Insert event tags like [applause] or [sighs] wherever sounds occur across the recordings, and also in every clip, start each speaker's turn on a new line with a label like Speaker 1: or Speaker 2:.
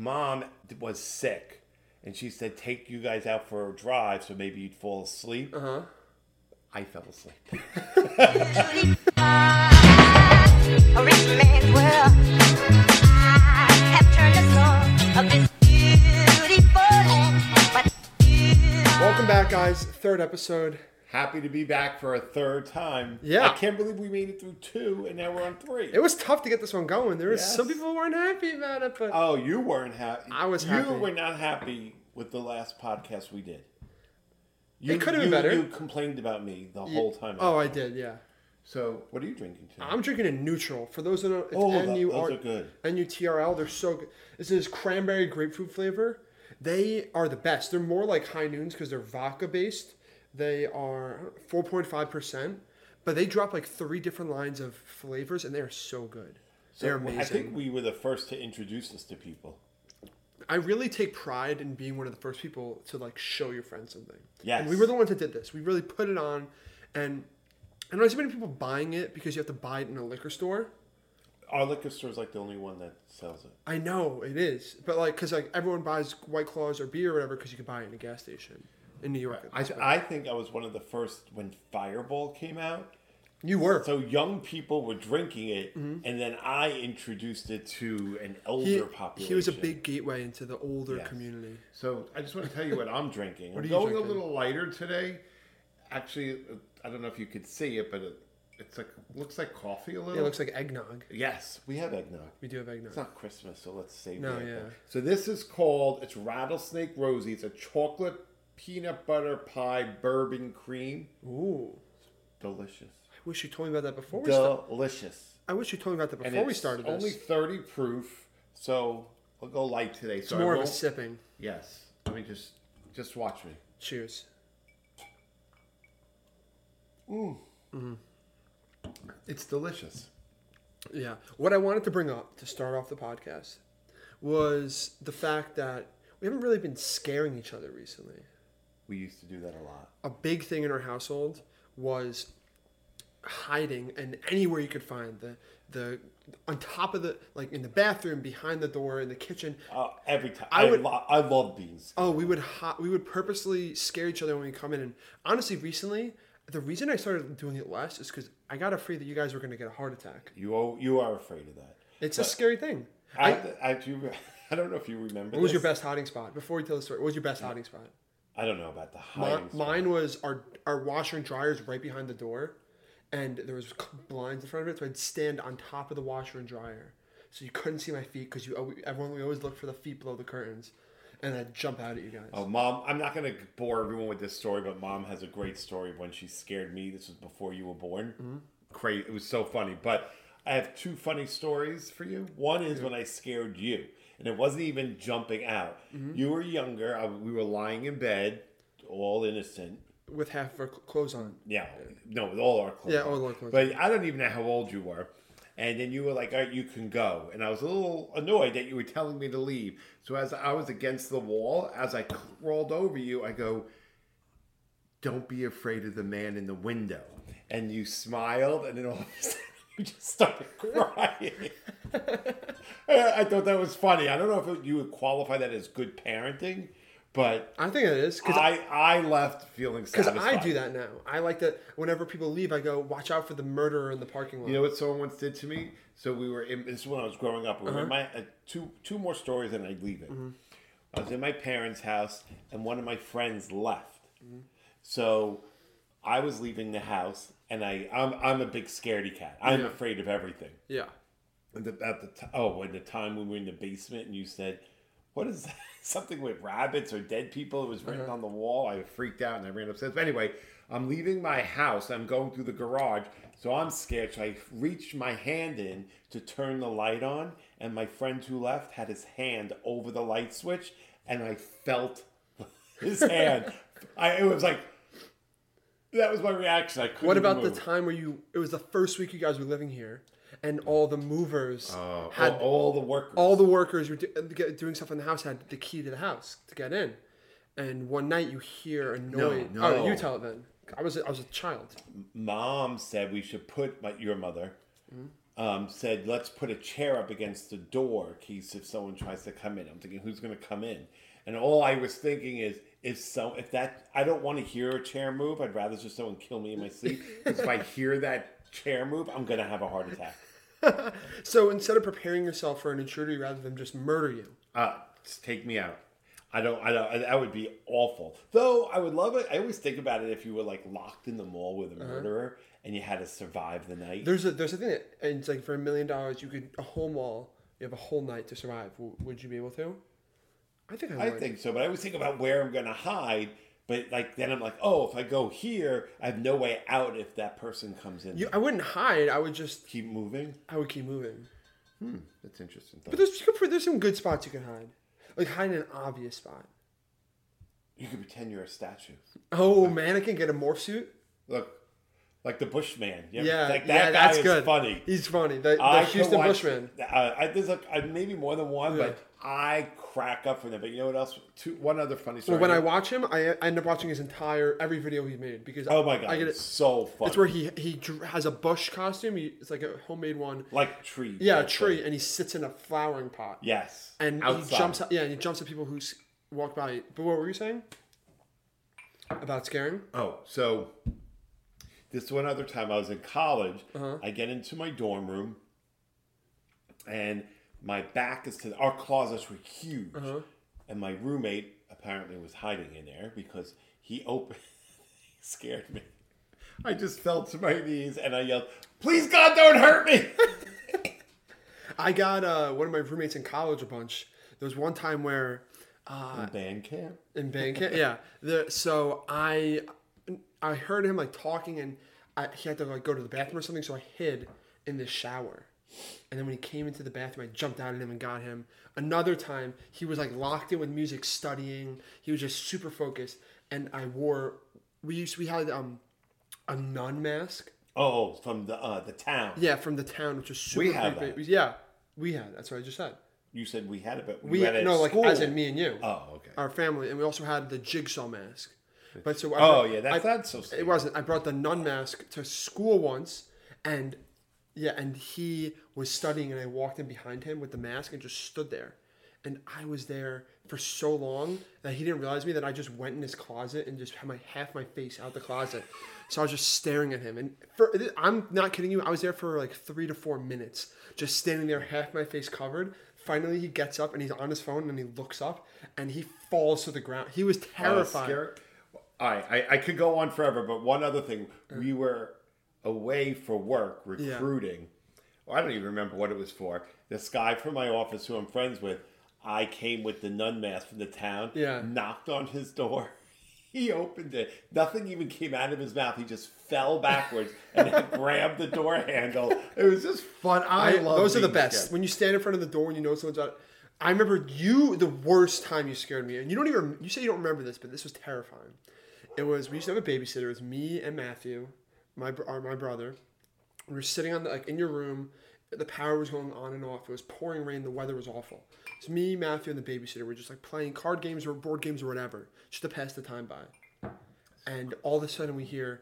Speaker 1: mom was sick, and she said, "Take you guys out for a drive, so maybe you'd fall asleep." Uh
Speaker 2: Uh-huh.
Speaker 1: huh. I fell asleep. [laughs]
Speaker 3: A rich man's world. I have turned the soul of this beautiful land. But
Speaker 2: Welcome back, guys. Third episode.
Speaker 1: Happy to be back for a third time.
Speaker 2: Yeah.
Speaker 1: I can't believe we made it through two, and now we're on three.
Speaker 2: It was tough to get this one going. There was
Speaker 1: Yes.
Speaker 2: some people weren't happy about it, but
Speaker 1: oh, you weren't happy.
Speaker 2: I was
Speaker 1: You
Speaker 2: happy.
Speaker 1: were not happy with the last podcast we did. You,
Speaker 2: It could've been
Speaker 1: you-
Speaker 2: better.
Speaker 1: You complained about me the whole time.
Speaker 2: oh, I did. Yeah,
Speaker 1: So, what are you drinking today?
Speaker 2: I'm drinking a neutral. For those that don't, it's
Speaker 1: Oh, tho-
Speaker 2: NUR
Speaker 1: those are good.
Speaker 2: NUTRL. They're so good. This is cranberry grapefruit flavor. They are the best. They're more like high noons because they're vodka based. They are 4.5 percent, but they drop like three different lines of flavors, and they are so good.
Speaker 1: So,
Speaker 2: they're amazing.
Speaker 1: I think we were the first to introduce this to people.
Speaker 2: I really take pride in being one of the first people to like show your friends something.
Speaker 1: Yes.
Speaker 2: And we were the ones that did this. We really put it on and I don't see many people buying it because you have to buy it in a liquor store.
Speaker 1: Our liquor store is like the only one that sells it.
Speaker 2: I know it is, but like, cause like everyone buys White Claws or beer or whatever because you can buy it in a gas station in New York.
Speaker 1: I, I think I was one of the first when Fireball came out.
Speaker 2: you were.
Speaker 1: So young people were drinking it, and then I introduced it to an elder
Speaker 2: Mm-hmm. he,
Speaker 1: population.
Speaker 2: he was a big gateway into the older
Speaker 1: Yes.
Speaker 2: community.
Speaker 4: So I just want to tell you what I'm drinking. I'm
Speaker 2: are you
Speaker 4: going
Speaker 2: drinking?
Speaker 4: a little lighter today. Actually, I don't know if you could see it, but it, it's like looks like coffee a little.
Speaker 2: It looks like eggnog.
Speaker 1: Yes, we have eggnog.
Speaker 2: We do have
Speaker 1: It's
Speaker 2: eggnog.
Speaker 1: not Christmas, so let's save
Speaker 2: No,
Speaker 1: the eggnog.
Speaker 2: yeah.
Speaker 4: so this is called it's Rattlesnake Rosie. It's a chocolate peanut butter pie bourbon cream.
Speaker 2: Ooh,
Speaker 1: Delicious.
Speaker 2: I wish you told me about that before we. Sta-
Speaker 1: Delicious.
Speaker 2: I wish you told me about that
Speaker 4: And
Speaker 2: before we
Speaker 4: it's
Speaker 2: started this.
Speaker 4: only 30 proof, so we'll go light today.
Speaker 2: it's
Speaker 4: so I
Speaker 2: more of a
Speaker 4: won't-
Speaker 2: sipping.
Speaker 4: Yes. Let me just just watch me.
Speaker 2: Cheers.
Speaker 4: It's delicious.
Speaker 2: Yeah. What I wanted to bring up to start off the podcast was the fact that we haven't really been scaring each other recently.
Speaker 1: We used to do that a lot.
Speaker 2: A big thing in our household was hiding and anywhere you could find the the on top of the like in the bathroom, behind the door, in the kitchen.
Speaker 1: Uh, every time.
Speaker 2: I
Speaker 1: I,
Speaker 2: would-
Speaker 1: lo- I love beans.
Speaker 2: Oh, we would hi- we would purposely scare each other when we come in. And honestly, recently, the reason I started doing it less is because I got afraid that you guys were going to get a heart attack.
Speaker 1: You are, you are afraid of that.
Speaker 2: It's a scary thing.
Speaker 1: I, I, do you- [laughs] I don't know if you remember.
Speaker 2: What was
Speaker 1: this.
Speaker 2: your best hiding spot? Before you tell the story, what was your best hiding spot?
Speaker 1: I don't know about the
Speaker 2: Mi-
Speaker 1: hiding. spot.
Speaker 2: mine was our our washer and dryer's right behind the door, and there was c- blinds in front of it, so I'd stand on top of the washer and dryer, so you couldn't see my feet because you always, everyone we always look for the feet below the curtains, and I'd jump out at you guys.
Speaker 1: Oh, mom, I'm not going to bore everyone with this story, but mom has a great story of when she scared me. This was before you were born. Great. It was so funny. But I have two funny stories for you. One is when I scared you, and it wasn't even jumping out. You were younger. I, we were lying in bed, all innocent.
Speaker 2: With half of our cl- clothes on,
Speaker 1: Yeah, no, with all our clothes.
Speaker 2: Yeah,
Speaker 1: on.
Speaker 2: all our clothes
Speaker 1: But I don't even know how old you were. And then you were like, all right, you can go. And I was a little annoyed that you were telling me to leave. So as I was against the wall, as I crawled over you, I go, don't be afraid of the man in the window. And you smiled, and then all of a sudden [laughs] you just started crying. [laughs] I I thought that was funny. I don't know if you would qualify that as good parenting, but
Speaker 2: I think it is because
Speaker 1: I, I left feeling
Speaker 2: because
Speaker 1: satisfied.
Speaker 2: I do that now. I like that whenever people leave, I go watch out for the murderer in the parking lot.
Speaker 4: You know what someone once did to me?
Speaker 1: So we were in. This is when I was growing up. We were in my uh, two two more stories, and I leave it. I was in my parents' house, and one of my friends left. So I was leaving the house, and I I'm, I'm a big scaredy cat. I'm
Speaker 2: Yeah.
Speaker 1: afraid of everything.
Speaker 2: yeah,
Speaker 1: And the, at the t- oh, at the time when we were in the basement, and you said, "What is that? [laughs] something with rabbits or dead people?" It was written
Speaker 2: Uh-huh.
Speaker 1: on the wall. I
Speaker 4: I freaked out and I ran upstairs. But anyway, I'm leaving my house. I'm going through the garage.
Speaker 1: So I'm scared. So I reached my hand in to turn the light on, and my friend who left had his hand over the light switch, and I felt [laughs] his
Speaker 2: [laughs]
Speaker 1: hand. I it was like that was my reaction. I couldn't.
Speaker 2: What about
Speaker 1: move.
Speaker 2: the time where you? It was the first week you guys were living here, and all the movers had
Speaker 1: all, all the workers?
Speaker 2: all the workers were do- uh, get- doing stuff in the house had the key to the house to get in. And one night you hear a noise. Oh,
Speaker 1: no.
Speaker 2: you tell it then. I was a, I was a child.
Speaker 1: mom said we should put my, your mother um, said, "Let's put a chair up against the door in case if someone tries to come in." I'm thinking, "Who's going to come in?" And all I was thinking is, if so, if that, I don't want to hear a chair move. I'd rather just someone kill me in my sleep. 'Cause if I hear that chair move, I'm going to have a heart attack.
Speaker 2: So instead of preparing yourself for an intruder, you rather than just murder you.
Speaker 1: Uh, just take me out. I don't. I don't. That would be awful. Though I would love it. I always think about it if you were like locked in the mall with a murderer and you had to survive the night.
Speaker 2: There's a there's a thing that and it's like for a million dollars you could a whole mall you have a whole night to survive. W- would you be able to? I think I
Speaker 1: I
Speaker 2: would.
Speaker 1: think so, but I always think about where I'm gonna hide. But like then I'm like, oh, if I go here, I have no way out if that person comes in.
Speaker 2: you, I wouldn't hide. I would just
Speaker 1: Keep moving.
Speaker 2: I would keep moving.
Speaker 1: That's interesting.
Speaker 2: But there's you could- there's some good spots you can hide. Like hide in an obvious spot.
Speaker 1: you could pretend you're a statue.
Speaker 2: Oh man, I can get a morph suit.
Speaker 1: Look, like the Bushman. You ever-
Speaker 2: Yeah,
Speaker 1: like that
Speaker 2: yeah,
Speaker 1: guy
Speaker 2: that's
Speaker 1: is
Speaker 2: good.
Speaker 1: funny.
Speaker 2: He's funny. The, the
Speaker 1: I could
Speaker 2: Houston
Speaker 1: watch-
Speaker 2: Bushman.
Speaker 1: Uh, I, there's like uh, maybe more than one,
Speaker 2: Yeah.
Speaker 1: but I crack up from that. But you know what else? Two, one other funny story.
Speaker 2: Well, when I watch him, I, I end up watching his entire every video he made because
Speaker 1: oh my god,
Speaker 2: I get
Speaker 1: it's
Speaker 2: it.
Speaker 1: so funny.
Speaker 2: It's where he he dr- has a bush costume. He, it's like a homemade one.
Speaker 1: like tree.
Speaker 2: Yeah, a
Speaker 1: that's
Speaker 2: tree,
Speaker 1: it.
Speaker 2: and he sits in a flowering pot.
Speaker 1: Yes,
Speaker 2: and he
Speaker 1: outside.
Speaker 2: jumps. At, yeah, and he jumps at people who s- walk by. But what were you saying about scaring?
Speaker 1: Oh, so this one other time I was in college,
Speaker 2: Uh-huh.
Speaker 1: I get into my dorm room, and my back is to our closets were huge,
Speaker 2: Uh-huh.
Speaker 1: and my roommate apparently was hiding in there because he opened [laughs] scared me. I just fell to my knees and I yelled, "Please God, don't hurt
Speaker 2: [laughs]
Speaker 1: me!"
Speaker 2: I got uh, one of my roommates in college a bunch. There was one time where
Speaker 1: Band camp.
Speaker 2: in Bandcamp. yeah. The, so I I heard him like talking and I, he had to like go to the bathroom or something. So I hid in the shower. And then when he came into the bathroom, I jumped out at him and got him. Another time, he was like locked in with music, studying. He was just super focused. And I wore we used we had um a nun mask.
Speaker 1: Oh, from the uh, the town.
Speaker 2: Yeah, from the town, which was super.
Speaker 1: We have
Speaker 2: creepy.
Speaker 1: that.
Speaker 2: Yeah, we had. That's what I just said.
Speaker 1: You said we had it, but
Speaker 2: We
Speaker 1: we had it at
Speaker 2: no like
Speaker 1: school.
Speaker 2: as in me and you
Speaker 1: Oh, okay.
Speaker 2: our family, and we also had the jigsaw mask. But so
Speaker 1: Oh,
Speaker 2: I brought-
Speaker 1: yeah, that's
Speaker 2: I,
Speaker 1: not so scary.
Speaker 2: It wasn't. I brought the nun mask to school once, and yeah, and he was studying, and I walked in behind him with the mask and just stood there, and I was there for so long that he didn't realize me that I just went in his closet and just had my half my face out the closet. So I was just staring at him, and for I'm not kidding you, I was there for like three to four minutes, just standing there, half my face covered. Finally, he gets up and he's on his phone and he looks up and he falls to the ground. He was terrified.
Speaker 1: Scary. All right, I, I could go on forever, but one other thing. We were away for work recruiting. Well, I don't even remember what it was for. This guy from my office who I'm friends with, I came with the nun mask from the town,
Speaker 2: Yeah.
Speaker 1: knocked on his door. [laughs] He opened it. Nothing even came out of his mouth. He just fell backwards and
Speaker 2: [laughs]
Speaker 1: grabbed the door handle. It was just fun. I,
Speaker 2: I,
Speaker 1: love
Speaker 2: those are the
Speaker 1: being
Speaker 2: best.
Speaker 1: scared.
Speaker 2: When you stand in front of the door and you know someone's out. I remember you the worst time you scared me, and you don't even you say you don't remember this, but this was terrifying. It was we used to have a babysitter. It was me and Matthew, my br- our, my brother. We were sitting on the like in your room. The power was going on and off. It was pouring rain. The weather was awful. So me, Matthew, and the babysitter were just like playing card games or board games or whatever, just to pass the time by. And all of a sudden we hear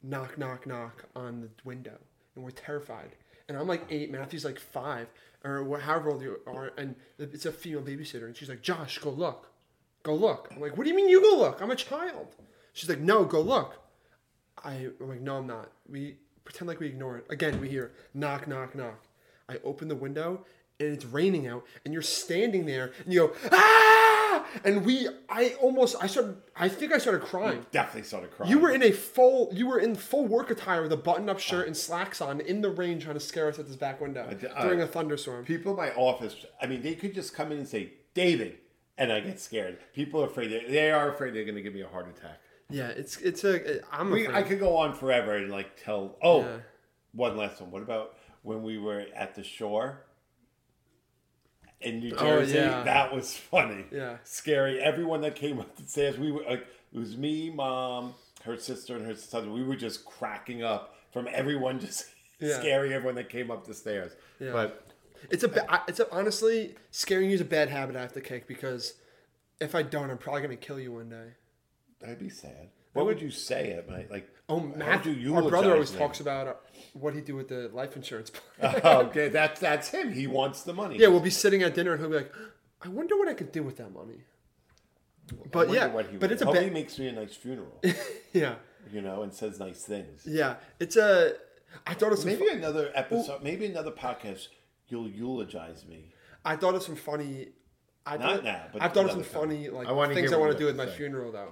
Speaker 2: knock, knock, knock on the window, and we're terrified. And I'm like eight, Matthew's like five, or wha- however old you are, and it's a female babysitter, and she's like, Josh, go look, go look. I'm like, what do you mean you go look? I'm a child. She's like, no, go look. I, I'm like, no, I'm not. We pretend like we ignore it. Again, we hear knock, knock, knock. I open the window and it's raining out, and you're standing there and you go, ah! And we, I almost, I started, I think I started crying.
Speaker 1: Definitely started crying.
Speaker 2: You were in a full, you were in full work attire with a button-up shirt and slacks on, in the rain, trying to scare us at this back window
Speaker 1: d- uh, I-
Speaker 2: during a thunderstorm.
Speaker 1: People in my office, I mean, they could just come in and say, David, and I get scared. People are afraid. They, they are afraid they're going to give me a heart attack.
Speaker 2: Yeah, it's it's a. I'm
Speaker 1: We,
Speaker 2: afraid.
Speaker 1: I could go on forever and like tell. Oh,
Speaker 2: Yeah.
Speaker 1: one last one. What about when we were at the shore in New
Speaker 2: Oh,
Speaker 1: Jersey?
Speaker 2: yeah.
Speaker 1: That was funny.
Speaker 2: Yeah.
Speaker 1: Scary. Everyone that came up the stairs, we were like, it was me, mom, her sister, and her son. We were just cracking up from everyone just
Speaker 2: Yeah.
Speaker 1: scaring everyone that came up the stairs.
Speaker 2: Yeah.
Speaker 1: But
Speaker 2: It's a. Ba- I- it's a, honestly scaring you is a bad habit I have to kick because if I don't, I'm probably gonna kill you one day.
Speaker 1: that'd be sad. What would you say at night? Like, [laughs]
Speaker 2: Oh,
Speaker 1: how would
Speaker 2: Matt,
Speaker 1: you
Speaker 2: our brother
Speaker 1: eulogize
Speaker 2: always
Speaker 1: them?
Speaker 2: talks about uh, what he did with the life insurance.
Speaker 1: [laughs]
Speaker 2: plan.
Speaker 1: okay, that's that's him. He wants the money.
Speaker 2: yeah, we'll be sitting at dinner and he'll be like, "I wonder what I could do with that money." But yeah, but it's a
Speaker 1: Hope he
Speaker 2: bad,
Speaker 1: makes me a nice funeral,
Speaker 2: [laughs] yeah,
Speaker 1: you know, and says nice things.
Speaker 2: yeah. It's a. I thought of some.
Speaker 1: Maybe
Speaker 2: fu-
Speaker 1: another episode, maybe another podcast. You'll eulogize me.
Speaker 2: I thought of some funny. I
Speaker 1: Not
Speaker 2: thought,
Speaker 1: now, but
Speaker 2: I thought of some
Speaker 1: another time.
Speaker 2: funny like
Speaker 4: I wanna
Speaker 2: things
Speaker 4: hear
Speaker 2: I
Speaker 4: what
Speaker 2: want
Speaker 4: you
Speaker 2: to
Speaker 4: have
Speaker 2: do with
Speaker 4: to
Speaker 2: my
Speaker 4: say.
Speaker 2: funeral though.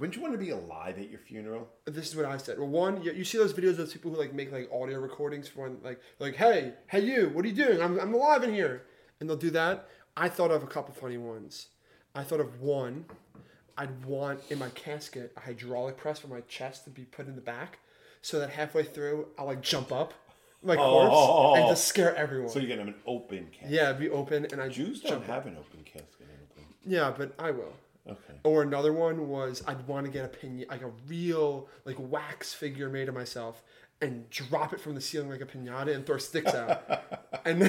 Speaker 1: Wouldn't you want to be alive at your funeral?
Speaker 2: This is what I said. Well, one, you, you see those videos of people who like make like audio recordings for when like like hey hey you what are you doing I'm I'm alive in here and they'll do that. I thought of a couple funny ones. I thought of one. I'd want in my casket a hydraulic press for my chest to be put in the back, so that halfway through I'll like jump up like horse and just scare everyone.
Speaker 1: Oh. So you're gonna have an open casket.
Speaker 2: yeah, it'd be open and I
Speaker 1: Jews don't
Speaker 2: jump up.
Speaker 1: have an open casket. I don't think.
Speaker 2: Yeah, but I will.
Speaker 1: Okay.
Speaker 2: Or another one was I'd want to get a pin like a real like wax figure made of myself and drop it from the ceiling like a pinata and throw sticks
Speaker 1: [laughs]
Speaker 2: out. and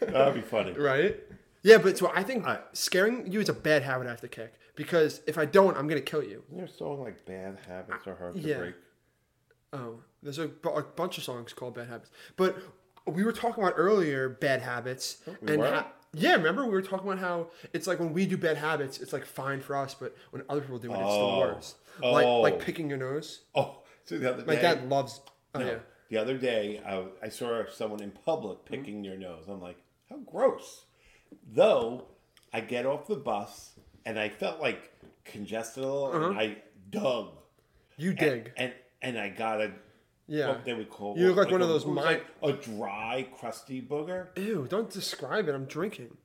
Speaker 1: That'd be funny.
Speaker 2: [laughs] right? Yeah, but so I think
Speaker 1: I-
Speaker 2: scaring you is a bad habit I have to kick because if I don't, I'm gonna kill you.
Speaker 1: There's so like bad habits are hard to
Speaker 2: Uh, Yeah.
Speaker 1: break.
Speaker 2: Oh, there's a, bu- a bunch of songs called Bad Habits. But we were talking about earlier bad habits.
Speaker 1: Oh, we were?
Speaker 2: how- yeah, remember we were talking about how it's like when we do bad habits, it's like fine for us, but when other people do it, it's the
Speaker 1: Oh.
Speaker 2: worst. Like
Speaker 1: Oh.
Speaker 2: like picking your nose.
Speaker 1: Oh, so the other
Speaker 2: My
Speaker 1: day,
Speaker 2: dad loves. Oh, yeah. Mm-hmm.
Speaker 1: the other day, I, I saw someone in public picking their nose. I'm like, how gross. Though I get off the bus and I felt like congested a little,
Speaker 2: Uh-huh.
Speaker 1: and I dug
Speaker 2: You
Speaker 1: and,
Speaker 2: dig.
Speaker 1: and and I got a
Speaker 2: yeah.
Speaker 1: what they would call
Speaker 2: You look like one of
Speaker 1: a-
Speaker 2: those
Speaker 1: it was
Speaker 2: mi-
Speaker 1: like a dry, crusty booger.
Speaker 2: Ew, don't describe it. I'm drinking.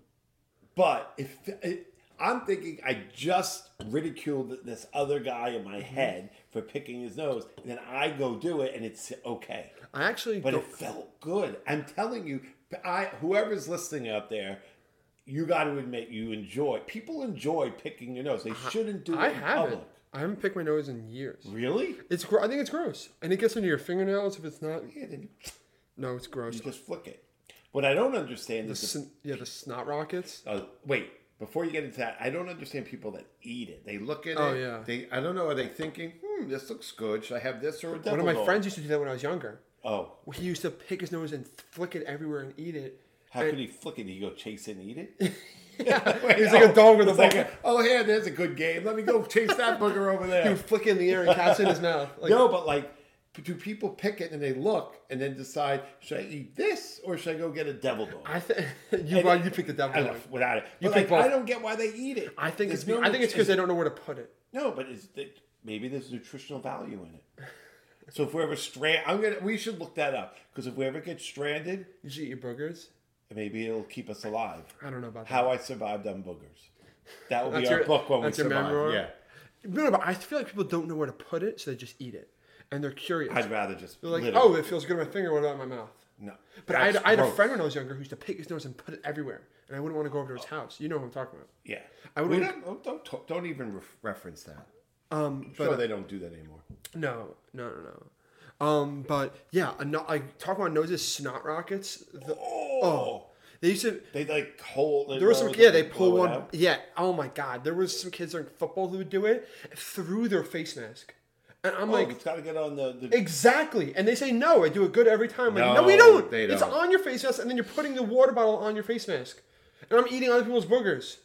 Speaker 1: But if it, I'm thinking, I just ridiculed this other guy in my
Speaker 2: Mm-hmm.
Speaker 1: head for picking his nose, and then I go do it, and it's okay.
Speaker 2: I actually
Speaker 1: But
Speaker 2: don't.
Speaker 1: it felt good. I'm telling you, I whoever's listening out there, you got to admit you enjoy. People enjoy picking your nose. They shouldn't do it
Speaker 2: I
Speaker 1: in
Speaker 2: haven't.
Speaker 1: public.
Speaker 2: I haven't picked my nose in years.
Speaker 1: Really?
Speaker 2: It's. gro- I think it's gross, and it gets into your fingernails if it's not.
Speaker 1: Yeah, then
Speaker 2: No, it's gross.
Speaker 1: you just flick it. What I don't understand
Speaker 2: The
Speaker 1: is the
Speaker 2: sn- yeah, the snot rockets.
Speaker 1: Uh, wait, before you get into that, I don't understand people that eat it. They look at
Speaker 2: Oh,
Speaker 1: it.
Speaker 2: yeah.
Speaker 1: They, I don't know. Are they thinking, hmm, this looks good. Should I have this or a
Speaker 2: One
Speaker 1: devil
Speaker 2: of my
Speaker 1: dog?
Speaker 2: friends used to do that when I was younger.
Speaker 1: Oh,
Speaker 2: He used to pick his nose and flick it everywhere and eat it.
Speaker 1: how
Speaker 2: And- [laughs]
Speaker 1: could he flick it? Did he go chase it [laughs] and eat it? [laughs]
Speaker 2: He was like a dog with a
Speaker 1: It's like,
Speaker 2: bone.
Speaker 1: oh, yeah, there's a good game. Let me go chase that booger over
Speaker 2: He
Speaker 1: there.
Speaker 2: would flick it in the air and catch it in his mouth. Like,
Speaker 1: no, but like, p- do people pick it and they look and then decide, should I eat this or should I go get a devil dog?
Speaker 2: I think [laughs] you. Well, you picked the
Speaker 1: I
Speaker 2: devil.
Speaker 1: don't
Speaker 2: dog.
Speaker 1: know, without it.
Speaker 2: You
Speaker 1: But,
Speaker 2: pick
Speaker 1: like, I
Speaker 2: both.
Speaker 1: don't get why they eat it.
Speaker 2: I think
Speaker 1: There's
Speaker 2: it's.
Speaker 1: no
Speaker 2: I think it's
Speaker 1: nutrition-
Speaker 2: because they don't know where to put it.
Speaker 1: No, but is that maybe there's nutritional value in it. So if we ever strand, I'm gonna we should look that up because if we ever get stranded,
Speaker 2: You should eat your boogers.
Speaker 1: maybe it'll keep us alive.
Speaker 2: I don't know about that.
Speaker 1: How I survived on boogers. That will be
Speaker 2: That's
Speaker 1: our
Speaker 2: your-
Speaker 1: book when we
Speaker 2: that's your
Speaker 1: survive.
Speaker 2: memoir?
Speaker 1: Yeah,
Speaker 2: No, no, but I feel like people don't know where to put it, so they just eat it, and they're curious.
Speaker 1: I'd rather just
Speaker 2: they're like,
Speaker 1: literally-
Speaker 2: "Oh, it feels good on my finger. What about my mouth?"
Speaker 1: no.
Speaker 2: But I had,
Speaker 1: That's
Speaker 2: I had a
Speaker 1: gross.
Speaker 2: friend when I was younger who used to pick his nose and put it everywhere, and I wouldn't want to go over to his house. You know what I'm talking about?
Speaker 1: Yeah,
Speaker 2: I would-
Speaker 1: We don't, oh, don't talk- don't even ref reference that.
Speaker 2: Um, but
Speaker 1: Sure, they don't do that anymore.
Speaker 2: no, no, no, no. Um, but yeah, I'm not, like talking about noses, snot rockets. The, oh, they used to.
Speaker 1: They like hold.
Speaker 2: There was some, yeah, they pull one, yeah. Oh my god, there was some kids during football who would do it through their face mask, and I'm
Speaker 1: Like
Speaker 2: like,
Speaker 1: Oh, it's got to get on the. the
Speaker 2: Exactly. And they say, no, I do it good every time. Like, no,
Speaker 1: No,
Speaker 2: we don't.
Speaker 1: they
Speaker 2: It's
Speaker 1: don't.
Speaker 2: on your face mask, and then you're putting the water bottle on your face mask. And I'm eating other people's boogers.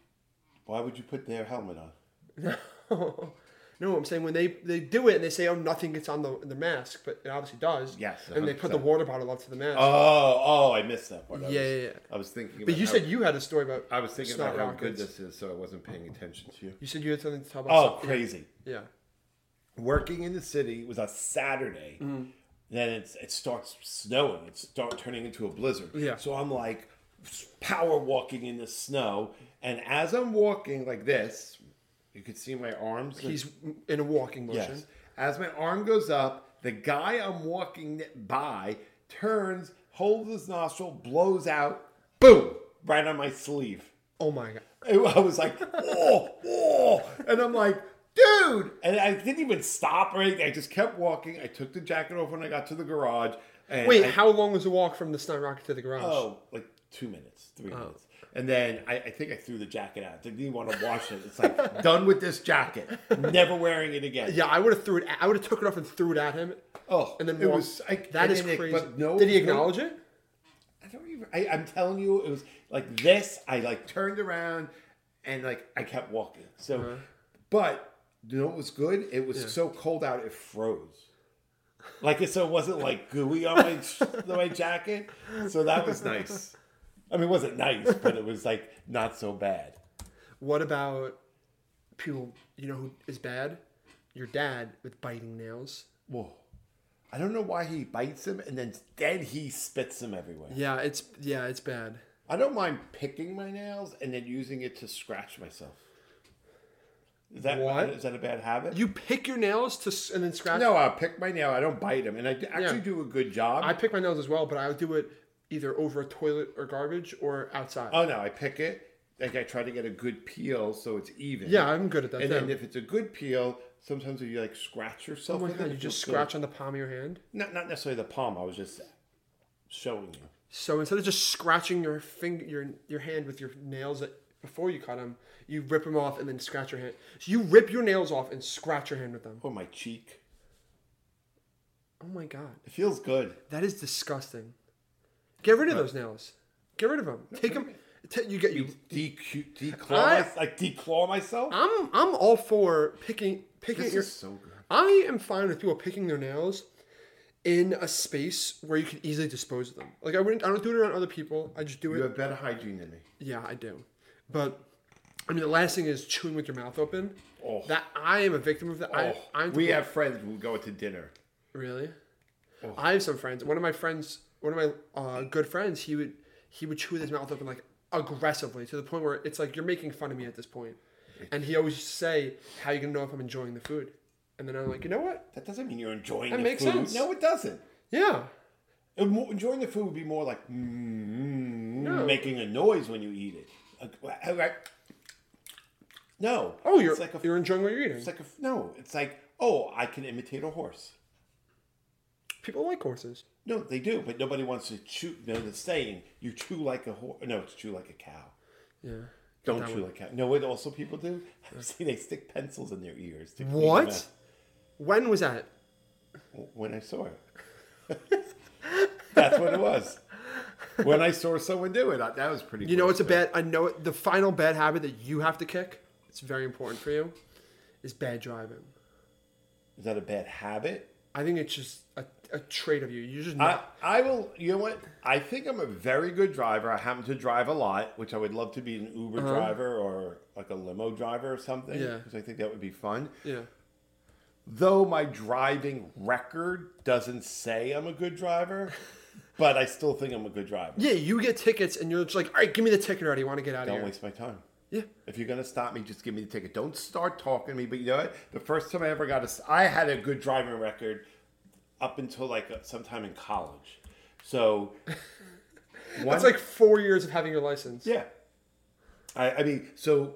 Speaker 2: [laughs]
Speaker 1: why would you put their helmet on?
Speaker 2: No, I'm saying when they, they do it and they say, oh, nothing gets on the, the mask, but it obviously does.
Speaker 1: Yes,
Speaker 2: And they put the
Speaker 1: 100%.
Speaker 2: water bottle up to the mask.
Speaker 1: Oh, oh, I missed that part. I
Speaker 2: Yeah,
Speaker 1: was,
Speaker 2: yeah, yeah.
Speaker 1: I was thinking. About
Speaker 2: but you
Speaker 1: how-
Speaker 2: said you had a story about.
Speaker 1: I was thinking
Speaker 2: snot
Speaker 1: about how good
Speaker 2: rockets.
Speaker 1: this is, so I wasn't paying attention to you.
Speaker 2: You said you had something to talk
Speaker 1: Oh,
Speaker 2: about. Yeah.
Speaker 1: crazy!
Speaker 2: Yeah.
Speaker 1: Working in the city it was a Saturday.
Speaker 2: Mm-hmm.
Speaker 1: Then it's, it starts snowing. It starts turning into a blizzard.
Speaker 2: Yeah.
Speaker 1: So I'm like power walking in the snow, and as I'm walking like this, you could see my arms.
Speaker 2: He's in a walking motion.
Speaker 1: Yes. As my arm goes up, the guy I'm walking by turns, holds his nostril, blows out, boom, right on my sleeve.
Speaker 2: Oh, my God.
Speaker 1: I was like, oh, oh, and I'm like, dude, and I didn't even stop or anything. I just kept walking. I took the jacket off when I got to the garage. And
Speaker 2: Wait,
Speaker 1: I-
Speaker 2: how long was the walk from the snot rocket to the garage?
Speaker 1: Oh, like two minutes, three minutes. And then I, I think I threw the jacket out. Didn't even want to wash it. It's like [laughs] done with this jacket. Never wearing it again.
Speaker 2: Yeah, I would have threw it. At, I would have took it off and threw it at him.
Speaker 1: Oh,
Speaker 2: and then
Speaker 1: it
Speaker 2: walked-
Speaker 1: was. I,
Speaker 2: that
Speaker 1: and
Speaker 2: is
Speaker 1: then it-
Speaker 2: crazy.
Speaker 1: but no,
Speaker 2: Did he acknowledge it?
Speaker 1: I don't even. I, I'm telling you, it was like this. I like turned around, and like I kept walking. So, but you know what was good? It was so cold out, it froze. Like it, so it wasn't like gooey on my sh- [laughs] my jacket. So that was nice. I mean, it wasn't nice, but it was like not so bad.
Speaker 2: What about people? You know who is bad? Your dad with biting nails.
Speaker 1: Whoa. I don't know why he bites him and then then he spits him everywhere.
Speaker 2: Yeah, it's yeah, it's bad.
Speaker 1: I don't mind picking my nails and then using it to scratch myself. Is that
Speaker 2: What?
Speaker 1: is that a bad habit?
Speaker 2: You pick your nails to s- and then scratch.
Speaker 1: no, I pick my nail. I don't bite him, and I d- actually
Speaker 2: Yeah.
Speaker 1: do a good job.
Speaker 2: I pick my nails as well, but I would do it either over a toilet or garbage or outside.
Speaker 1: oh no, I pick it. Like I try to get a good peel so it's even.
Speaker 2: yeah, I'm good at that.
Speaker 1: and
Speaker 2: too.
Speaker 1: then if it's a good peel, sometimes you like scratch yourself.
Speaker 2: oh my
Speaker 1: with it,
Speaker 2: god,
Speaker 1: it
Speaker 2: you just
Speaker 1: feels good.
Speaker 2: scratch on the palm of your hand.
Speaker 1: Not not necessarily the palm. I was just showing you.
Speaker 2: So instead of just scratching your finger, your your hand with your nails that, before you cut them, you rip them off and then scratch your hand. So you rip your nails off and scratch your hand with them.
Speaker 1: Or my cheek.
Speaker 2: Oh my god,
Speaker 1: It feels good.
Speaker 2: that is disgusting. Get rid of those nails. Get rid of them. Take them. you get you.
Speaker 1: Decu- declaw,
Speaker 2: I-
Speaker 1: my, like declaw myself.
Speaker 2: I'm I'm all for picking picking
Speaker 1: this
Speaker 2: your.
Speaker 1: is so good.
Speaker 2: I am fine with people picking their nails in a space where you can easily dispose of them. Like I wouldn't. I don't do it around other people. I just do it.
Speaker 1: You have better hygiene than me.
Speaker 2: Yeah, I do. But I mean, the last thing is chewing with your mouth open.
Speaker 1: Oh.
Speaker 2: That I am a victim of that. I,
Speaker 1: Oh,
Speaker 2: I'm
Speaker 1: we have friends who go out to dinner.
Speaker 2: really.
Speaker 1: Oh.
Speaker 2: I have some friends. One of my friends, one of my uh, good friends, he would he would chew with his mouth open like aggressively to the point where it's like you're making fun of me at this point. And he always say, "How you gonna know if I'm enjoying the food?" And then I'm like, "You know what?
Speaker 1: That doesn't mean you're enjoying
Speaker 2: That
Speaker 1: the
Speaker 2: makes
Speaker 1: food.
Speaker 2: sense.
Speaker 1: No, it doesn't.
Speaker 2: Yeah,
Speaker 1: It mo- enjoying the food would be more like mm, making a noise when you eat it. Like, wha- how- like- no.
Speaker 2: oh, you're
Speaker 1: It's like a,
Speaker 2: you're enjoying what you're eating.
Speaker 1: it's like a, no. It's like oh, I can imitate a horse.
Speaker 2: People like horses.
Speaker 1: No, they do, but nobody wants to chew. No, the saying you chew like a horse. No, it's chew like a cow.
Speaker 2: Yeah,
Speaker 1: Don't
Speaker 2: That
Speaker 1: chew
Speaker 2: one.
Speaker 1: like a cow. No, what also people do? [laughs] See, they stick pencils in their ears. to clean them
Speaker 2: What?
Speaker 1: out.
Speaker 2: When was that?
Speaker 1: when I saw it. [laughs] That's what it was. When I saw someone do it, I- that was pretty.
Speaker 2: You know,
Speaker 1: cool.
Speaker 2: it's a bad. I know it, the final bad habit that you have to kick. It's very important for you. Is bad driving.
Speaker 1: Is that a bad habit?
Speaker 2: I think it's just a, a trait of you. You're just
Speaker 1: I,
Speaker 2: not.
Speaker 1: I will. You know what? I think I'm a very good driver. I happen to drive a lot, which I would love to be an Uber driver or like a limo driver or something.
Speaker 2: Uh-huh. Yeah.
Speaker 1: Because I think that would be fun.
Speaker 2: yeah.
Speaker 1: Though my driving record doesn't say I'm a good
Speaker 2: [laughs]
Speaker 1: driver, but I still think I'm a good driver.
Speaker 2: Yeah, you get tickets and you're just like, all right, give me the ticket already. I want to get out of
Speaker 1: Don't
Speaker 2: here.
Speaker 1: waste my time.
Speaker 2: Yeah.
Speaker 1: If you're gonna stop me, just give me the ticket. Don't start talking to me. But you know what? The first time I ever got a, I had a good driving record up until like uh, sometime in college.
Speaker 2: [laughs]
Speaker 1: So one,
Speaker 2: That's like four years of having your license.
Speaker 1: yeah. I, I mean, so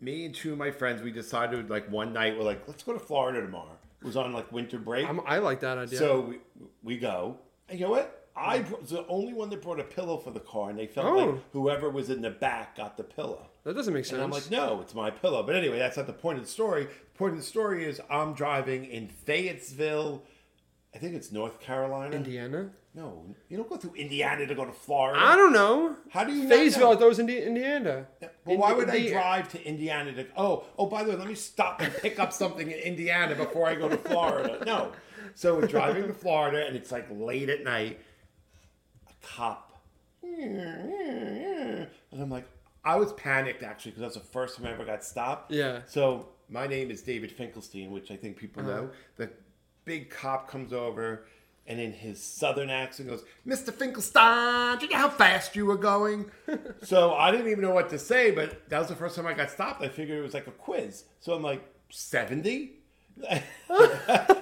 Speaker 1: me and two of my friends, we decided like one night we're like, let's go to Florida tomorrow. It was on like winter break.
Speaker 2: I'm, I like that idea.
Speaker 1: So we, we go. And you know what? I br- was the only one that brought a pillow for the car, and they felt
Speaker 2: Oh.
Speaker 1: like whoever was in the back got the pillow.
Speaker 2: that doesn't make sense.
Speaker 1: And I'm like, no, it's my pillow. But anyway, that's not the point of the story. The point of the story is I'm driving in Fayetteville. I think it's North Carolina.
Speaker 2: Indiana?
Speaker 1: No, you don't go through Indiana to go to Florida.
Speaker 2: I don't know.
Speaker 1: How do you not
Speaker 2: Fayetteville?
Speaker 1: know?
Speaker 2: I thought it was Indi- Indiana.
Speaker 1: But why would I
Speaker 2: Indi-
Speaker 1: drive to Indiana to? Oh, oh, by the way, let me stop and pick up something in Indiana before I go to Florida. No, so we're driving to Florida, and it's like late at night. A cop, and I'm like, I was panicked actually because that's the first time I ever got stopped.
Speaker 2: Yeah.
Speaker 1: So Uh-huh. my name is David Finkelstein, which I think people know. The big cop comes over. And in his southern accent goes, Mr. Finkelstein, do you know how fast you were [laughs] going? So I didn't even know what to say, but that was the first time I got stopped. I figured it was like a quiz. So I'm like, 70? like,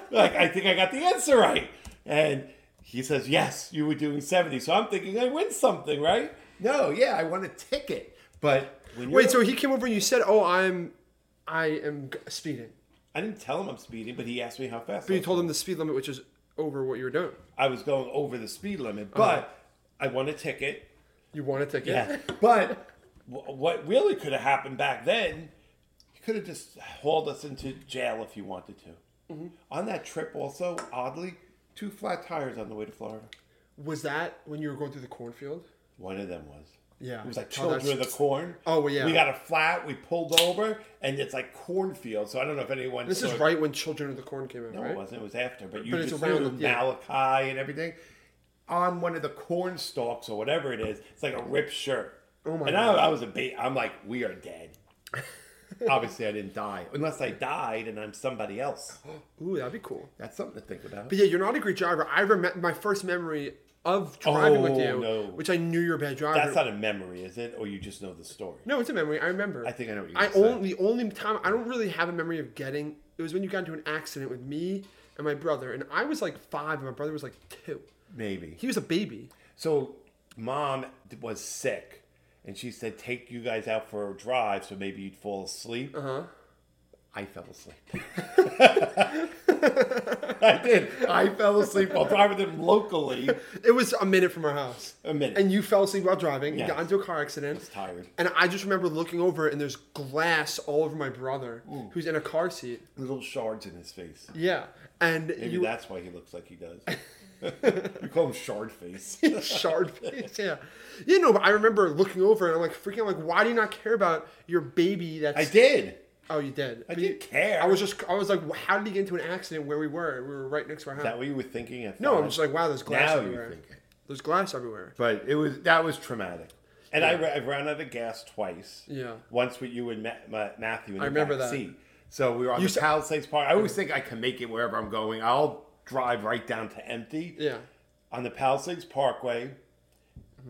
Speaker 1: I think I got the answer right. And he says, yes, you were doing 70. So I'm thinking I win something, right? No, yeah, I won a ticket. But when
Speaker 2: Wait, so
Speaker 1: you're-
Speaker 2: he came over and you said, oh, I'm, I am g- speeding.
Speaker 1: I didn't tell him I'm speeding, but he asked me how fast.
Speaker 2: But
Speaker 1: I
Speaker 2: you
Speaker 1: was
Speaker 2: told
Speaker 1: going.
Speaker 2: him the speed limit, which is over what you were doing.
Speaker 1: I
Speaker 2: Uh-huh.
Speaker 1: was going over the speed limit, but I won a ticket.
Speaker 2: You want a ticket?
Speaker 1: Yeah. but wh- what really could have happened back then, he could have just hauled us into jail if he wanted to.
Speaker 2: Mm-hmm.
Speaker 1: On that trip, also oddly, two flat tires on the way to Florida.
Speaker 2: Was that when you were going through the cornfield?
Speaker 1: One of them was.
Speaker 2: Yeah.
Speaker 1: It was like
Speaker 2: Oh,
Speaker 1: children
Speaker 2: that's-
Speaker 1: of the corn.
Speaker 2: Oh, well, yeah.
Speaker 1: We got a flat. We pulled over, and it's like cornfield. So I don't know if anyone.
Speaker 2: This is
Speaker 1: saw-
Speaker 2: right when Children of the Corn came out,
Speaker 1: No,
Speaker 2: right?
Speaker 1: it wasn't. It was after. But you
Speaker 2: But it's
Speaker 1: just
Speaker 2: around
Speaker 1: around
Speaker 2: the- yeah.
Speaker 1: Malachi and everything on one of the corn stalks or whatever it is. It's like a ripped shirt.
Speaker 2: Oh my
Speaker 1: And
Speaker 2: God.
Speaker 1: I, I was a bait. I'm like, we are
Speaker 2: [laughs]
Speaker 1: dead. Obviously, I didn't die. Unless I died and I'm somebody else.
Speaker 2: Ooh, that'd be cool.
Speaker 1: That's something to think about.
Speaker 2: But yeah, you're not a great driver. I remember my first memory of driving with
Speaker 1: Oh,
Speaker 2: you,
Speaker 1: no.
Speaker 2: which I knew you're a bad driver.
Speaker 1: That's not a memory, is it? Or you just know the story?
Speaker 2: no, it's a memory. I remember.
Speaker 1: I think I know what you're
Speaker 2: I
Speaker 1: gonna say.
Speaker 2: only the only time I don't really have a memory of getting it was when you got into an accident with me and my brother, and I was like five, and my brother was like two.
Speaker 1: Maybe.
Speaker 2: He was a baby.
Speaker 1: So, mom was sick, and she said, "Take you guys out for a drive, so maybe you'd fall asleep." Uh
Speaker 2: Uh-huh.
Speaker 1: huh. I fell asleep. [laughs] I did. I fell asleep while driving them locally.
Speaker 2: It was a minute from our house.
Speaker 1: A minute.
Speaker 2: And you fell asleep while driving. You
Speaker 1: Yes.
Speaker 2: got into a car accident.
Speaker 1: was tired.
Speaker 2: And I just remember looking over, and there's glass all over my brother, who's in a car seat.
Speaker 1: Little shards in his face.
Speaker 2: Yeah. And
Speaker 1: Maybe
Speaker 2: you
Speaker 1: that's why he looks like he does. [laughs] we call him Shard Face.
Speaker 2: [laughs] shard face. Yeah. You know, but I remember looking over, and I'm like freaking. out, like, why do you not care about your baby? That's
Speaker 1: I did.
Speaker 2: Oh, you did.
Speaker 1: I
Speaker 2: But you-
Speaker 1: didn't care.
Speaker 2: I was just. I was like, "Wh- how did he get into an accident where we were? We were right next to our house.
Speaker 1: Is that what you were thinking at
Speaker 2: no,
Speaker 1: five?
Speaker 2: I'm just like, wow, there's glass
Speaker 1: Now you
Speaker 2: everywhere.
Speaker 1: think it.
Speaker 2: There's glass everywhere.
Speaker 1: But it was that was traumatic. And I, ra- I ran out of gas twice.
Speaker 2: Yeah.
Speaker 1: Once with you and Ma- Ma- Matthew in the
Speaker 2: I remember
Speaker 1: back
Speaker 2: that.
Speaker 1: seat. So we were on
Speaker 2: You
Speaker 1: the
Speaker 2: sa-
Speaker 1: Palisades Park. I always think I can make it wherever I'm going. I'll drive right down to empty.
Speaker 2: Yeah.
Speaker 1: On the Palisades Parkway,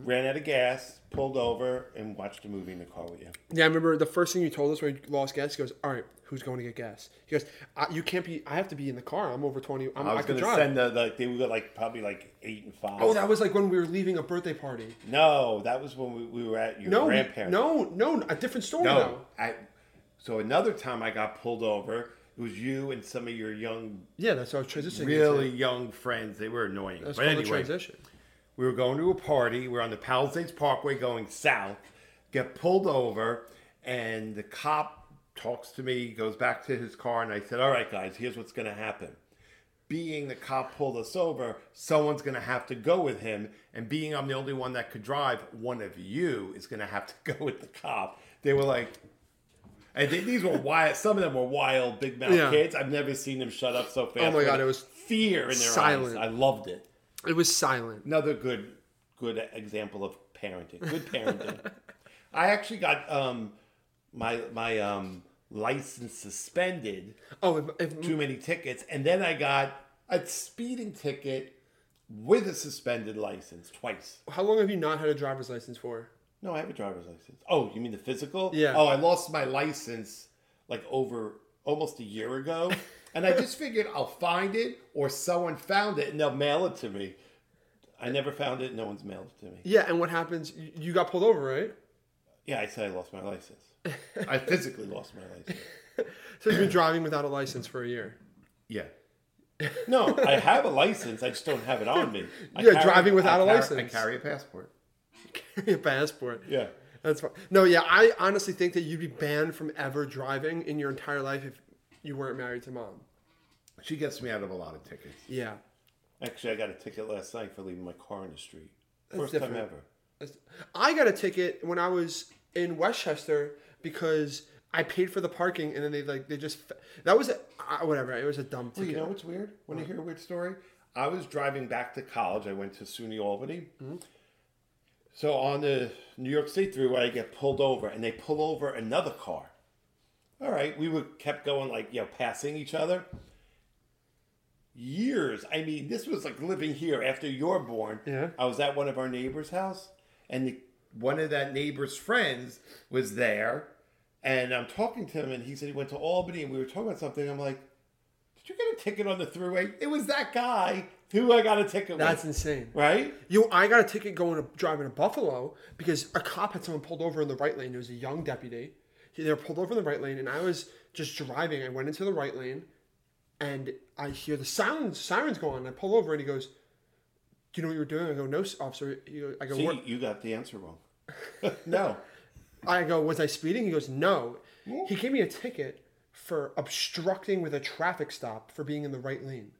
Speaker 1: ran out of gas, pulled over, and watched a movie in the car with you.
Speaker 2: Yeah, I remember the first thing you told us when you lost gas. He goes, "All right, who's going to get gas?" He goes, I, "You can't be. I have to be in the car. I'm over twenty. I'm,
Speaker 1: I
Speaker 2: I,
Speaker 1: was
Speaker 2: can
Speaker 1: going to
Speaker 2: drive."
Speaker 1: send the, like, they were like probably like eight and five.
Speaker 2: oh, that was like when we were leaving a birthday party.
Speaker 1: No, that was when we, we were at your
Speaker 2: No, we-
Speaker 1: grandparents.
Speaker 2: no, no, a different story
Speaker 1: No,
Speaker 2: though.
Speaker 1: I. So another time I got pulled over. It was you and some of your young,
Speaker 2: Yeah, that's our transition.
Speaker 1: really young friends. They were annoying.
Speaker 2: that's
Speaker 1: but
Speaker 2: called a
Speaker 1: anyway,
Speaker 2: transition.
Speaker 1: we were going to a party. We were on the Palisades Parkway going south. Get pulled over, and the cop talks to me. Goes back to his car, and I said, "All right, guys, here's what's going to happen." Being the cop pulled us over, someone's going to have to go with him. And being I'm the only one that could drive, one of you is going to [laughs] have to go with the cop. They were like, and they, these were wild. Some of them were wild, big mouth
Speaker 2: Yeah. Oh
Speaker 1: kids. I've never seen them shut up so fast.
Speaker 2: my God, it was
Speaker 1: fear in their
Speaker 2: silent.
Speaker 1: eyes. I loved it
Speaker 2: It was silent.
Speaker 1: another good good example of parenting. Good parenting. I actually got um my my um license suspended,
Speaker 2: Oh, if, if,
Speaker 1: too many tickets, and then I got a speeding ticket with a suspended license twice.
Speaker 2: how long have you not had a driver's license for?
Speaker 1: No, I have a driver's license. Oh, you mean the physical?
Speaker 2: Yeah.
Speaker 1: Oh, I lost my license like over almost a year ago. And I just figured I'll find it or someone found it and they'll mail it to me. I never found it. No one's mailed it to me.
Speaker 2: Yeah, and what happens? You, you got pulled over, right?
Speaker 1: Yeah, I said I lost my license. [laughs] I physically lost my license.
Speaker 2: So you've been driving without a license for a year. [laughs]
Speaker 1: Yeah. No, I have a license. I just don't have it on me. I
Speaker 2: Yeah, driving without
Speaker 1: I
Speaker 2: a
Speaker 1: carry-
Speaker 2: license.
Speaker 1: I carry a passport.
Speaker 2: Your passport.
Speaker 1: Yeah.
Speaker 2: That's fine. No, yeah, I honestly think that you'd be banned from ever driving in your entire life if you weren't married to mom.
Speaker 1: She gets me out of a lot of tickets.
Speaker 2: Yeah.
Speaker 1: Actually, I got a ticket last night for leaving my car in the street.
Speaker 2: That's
Speaker 1: First time
Speaker 2: different.
Speaker 1: ever.
Speaker 2: That's- I got a ticket when I was in Westchester because I paid for the parking and then they like they just that was a, uh, whatever it was a dumb
Speaker 1: Well,
Speaker 2: ticket.
Speaker 1: you know what's weird? Want to hear a weird story? I was driving back to college. I went to SUNY Albany.
Speaker 2: Mm-hmm.
Speaker 1: So on the New York State Thruway, I get pulled over, and they pull over another car. All right, we were kept going like you know, passing each other. Years. I mean, this was like living here after you're born.
Speaker 2: Yeah.
Speaker 1: I was at one of our neighbor's house, and the, one of that neighbor's friends was there, and I'm talking to him, and he said he went to Albany, and we were talking about something. I'm like, did you get a ticket on the thruway? It was that guy who I got a ticket
Speaker 2: That's
Speaker 1: with.
Speaker 2: insane.
Speaker 1: right?
Speaker 2: You, I got a ticket going to driving to Buffalo because a cop had someone pulled over in the right lane. It was a young deputy. He- They were pulled over in the right lane, and I was just driving. I went into the right lane, and I hear the sirens. Sirens go on. I pull over, and he goes, "Do you know what you were doing?" I go, "No, s- officer." He go- I go,
Speaker 1: See,
Speaker 2: "What?"
Speaker 1: you got the answer wrong. [laughs] no.
Speaker 2: I go, was I speeding? He goes, no. He gave me a ticket for obstructing with a traffic stop for being in the right lane.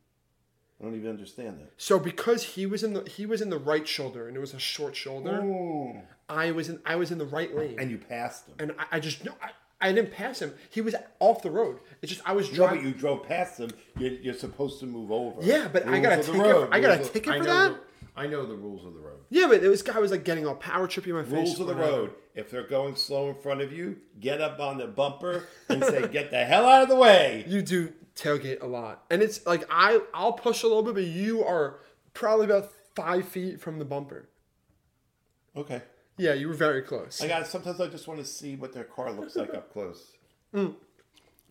Speaker 1: I don't even understand that.
Speaker 2: So because he was in the he was in the right shoulder and it was a short shoulder,
Speaker 1: Oh.
Speaker 2: I was in I was in the right lane
Speaker 1: And you passed him.
Speaker 2: Hmm. and I, I just no, I, I didn't pass him. He was off the road. It's just I was
Speaker 1: No,
Speaker 2: driving.
Speaker 1: but you drove past them. You're, you're supposed to move over.
Speaker 2: Yeah, but I
Speaker 1: Rules
Speaker 2: got a
Speaker 1: of the
Speaker 2: ticket for-
Speaker 1: road,
Speaker 2: I got a
Speaker 1: rules of-
Speaker 2: ticket
Speaker 5: I
Speaker 2: for
Speaker 5: know
Speaker 2: that.
Speaker 5: The, I know the rules of the road.
Speaker 2: Yeah, but this guy was like getting all power tripping my face.
Speaker 1: Rules of the
Speaker 2: whatever.
Speaker 1: road. If they're going slow in front of you, get up on the bumper and say, "Get the hell out of the way."
Speaker 2: You do tailgate a lot, and it's like I I'll push a little bit, but you are probably about five feet from the bumper.
Speaker 1: Okay.
Speaker 2: [laughs] Yeah, you were very close.
Speaker 1: I got. Sometimes I just want to see what their car looks like up close.
Speaker 2: You're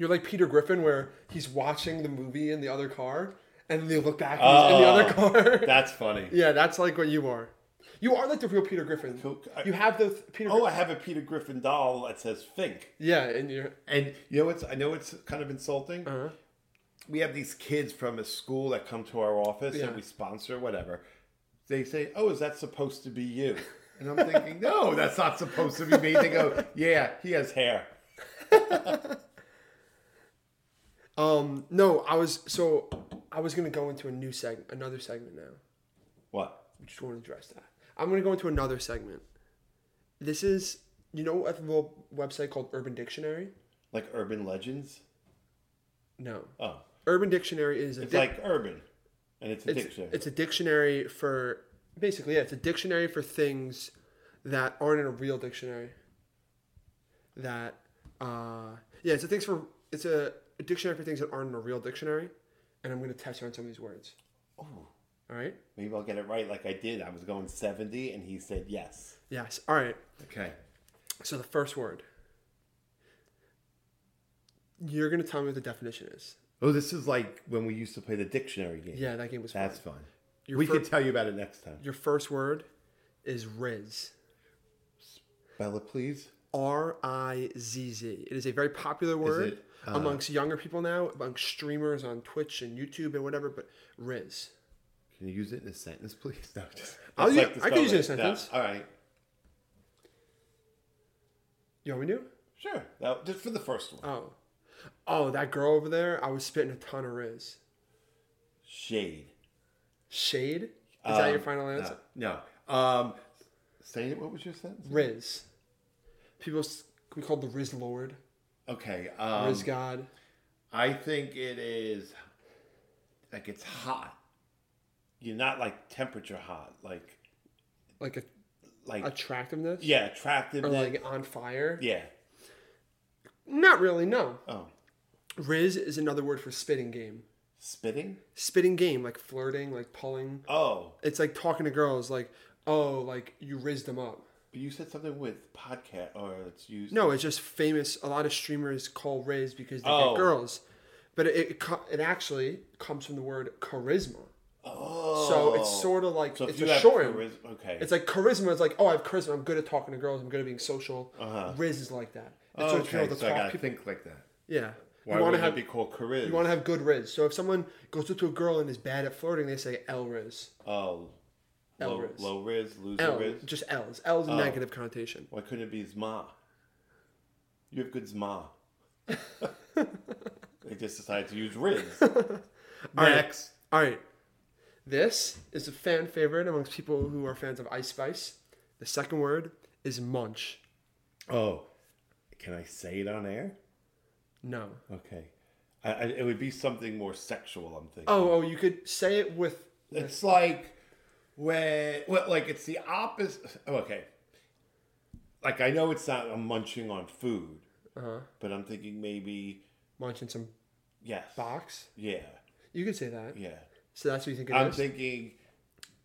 Speaker 2: like Peter Griffin, where he's watching the movie in the other car, and then they look back and he's in
Speaker 1: Oh,
Speaker 2: the
Speaker 1: [laughs]
Speaker 2: other car.
Speaker 1: That's [laughs] funny.
Speaker 2: [laughs] yeah, that's like what you are. You are like the real Peter Griffin.
Speaker 1: Cool. I-
Speaker 2: you have the th- Peter.
Speaker 1: Oh, I have a Peter Griffin doll that says Fink.
Speaker 2: yeah, and you're
Speaker 1: And you know what's? I know it's kind of insulting.
Speaker 2: Uh-huh.
Speaker 1: We have these kids from a school that come to our office
Speaker 2: Yeah.
Speaker 1: and we sponsor whatever. They say, "Oh, is that supposed to be you?" And I'm
Speaker 2: [laughs]
Speaker 1: thinking, "No, that's not supposed to be me." They go, "Yeah, he has hair."
Speaker 2: Um, no, I was so I was gonna go into a new segment, another segment now.
Speaker 1: What?
Speaker 2: I just want to address that. I'm gonna go into another segment. This is you know a little website called Urban Dictionary.
Speaker 1: Like urban legends?
Speaker 2: No,
Speaker 1: Oh,
Speaker 2: Urban Dictionary is a
Speaker 1: it's
Speaker 2: dic-
Speaker 1: like urban, and it's a
Speaker 2: it's,
Speaker 1: dictionary.
Speaker 2: it's a dictionary for basically yeah, it's a dictionary for things that aren't in a real dictionary. That uh yeah, it's a things for it's a, a dictionary for things that aren't in a real dictionary, and I'm gonna test you on some of these words. Oh, all right.
Speaker 1: Maybe I'll get it right, like I did. I was going seventy, and he said yes.
Speaker 2: Yes. All right.
Speaker 5: Okay.
Speaker 2: So the first word. You're gonna tell me what the definition is.
Speaker 1: Oh, this is like when we used to play the dictionary game.
Speaker 2: Yeah, that game was.
Speaker 1: that's
Speaker 2: fun.
Speaker 1: fun.
Speaker 2: Your
Speaker 1: we
Speaker 2: fir-
Speaker 1: could tell you about it next time.
Speaker 2: Your first word is Riz.
Speaker 1: Bella, please.
Speaker 2: R I Z Z. It is a very popular word
Speaker 1: it, uh,
Speaker 2: amongst younger people now, amongst streamers on Twitch and YouTube and whatever. But Riz.
Speaker 1: Can you use it in a sentence, please? [laughs] No, just.
Speaker 2: I'll
Speaker 1: That's
Speaker 2: use-
Speaker 1: the
Speaker 2: Oh, I can use it in a
Speaker 1: spelling. No,
Speaker 2: sentence.
Speaker 1: all right,
Speaker 2: You want me to?
Speaker 1: sure. Now, just for the first one.
Speaker 2: Oh, oh, that girl over there. I was spitting a ton of Riz.
Speaker 1: Shade. Um,
Speaker 2: Shade. Is that your final answer?
Speaker 1: No. no. Um, say it. What was your sentence?
Speaker 2: Riz. People s- we call the Riz Lord,
Speaker 1: Okay. Um,
Speaker 2: Riz God.
Speaker 1: I think it is. Like it's hot. You're not like temperature hot. Like
Speaker 2: like a,
Speaker 1: like
Speaker 2: attractiveness
Speaker 1: yeah, attractive.
Speaker 2: or like on fire
Speaker 1: yeah.
Speaker 2: not really no
Speaker 1: Oh,
Speaker 2: riz is another word for spitting game
Speaker 1: spitting.
Speaker 2: spitting game like flirting like pulling
Speaker 1: Oh,
Speaker 2: it's like talking to girls like oh like you rizzed them up
Speaker 1: but you said something with podcast or it's used.
Speaker 2: no it's just famous a lot of streamers call riz because they
Speaker 1: Oh.
Speaker 2: get girls but it, it co- it actually comes from the word charisma
Speaker 1: Oh.
Speaker 2: so it's sort of like
Speaker 1: So if
Speaker 2: it's
Speaker 1: you
Speaker 2: a
Speaker 1: have
Speaker 2: short charisma.
Speaker 1: charisma- okay.
Speaker 2: it's like charisma is like oh i have charisma i'm good at talking to girls i'm good at being social riz is like that it's sort of being
Speaker 1: Uh-huh. Oh, okay,
Speaker 2: able to
Speaker 1: so I
Speaker 2: talk
Speaker 1: gotta
Speaker 2: people-
Speaker 1: think like that.
Speaker 2: yeah
Speaker 1: Why
Speaker 2: you want
Speaker 1: would
Speaker 2: to have
Speaker 1: it be called charisma?
Speaker 2: You want to have good riz. So if someone goes up to a girl and is bad at flirting, they say L riz.
Speaker 1: oh,
Speaker 2: L
Speaker 1: low,
Speaker 2: riz.
Speaker 1: low riz, loser
Speaker 2: L.
Speaker 1: riz. Oh.
Speaker 2: Just L's. L's a negative connotation.
Speaker 1: Why couldn't it be zma? You have good zma.
Speaker 2: [laughs]
Speaker 1: they just decided to use
Speaker 2: [laughs]
Speaker 1: riz. Next,
Speaker 2: All right. This is a fan favorite amongst people who are fans of Ice Spice. The second word is munch.
Speaker 1: oh, can I say it on air?
Speaker 2: No.
Speaker 1: Okay, I, I, it would be something more sexual. I'm thinking.
Speaker 2: Oh, oh, you could say it with.
Speaker 1: It's like when, well, like it's the opposite. oh, Okay, like I know it's not. I'm munching on food,
Speaker 2: Uh-huh.
Speaker 1: but I'm thinking maybe
Speaker 2: munch in some
Speaker 1: yes,
Speaker 2: box.
Speaker 1: yeah,
Speaker 2: You could say that.
Speaker 1: yeah.
Speaker 2: So that's what you think it
Speaker 1: I'm
Speaker 2: is?
Speaker 1: thinking,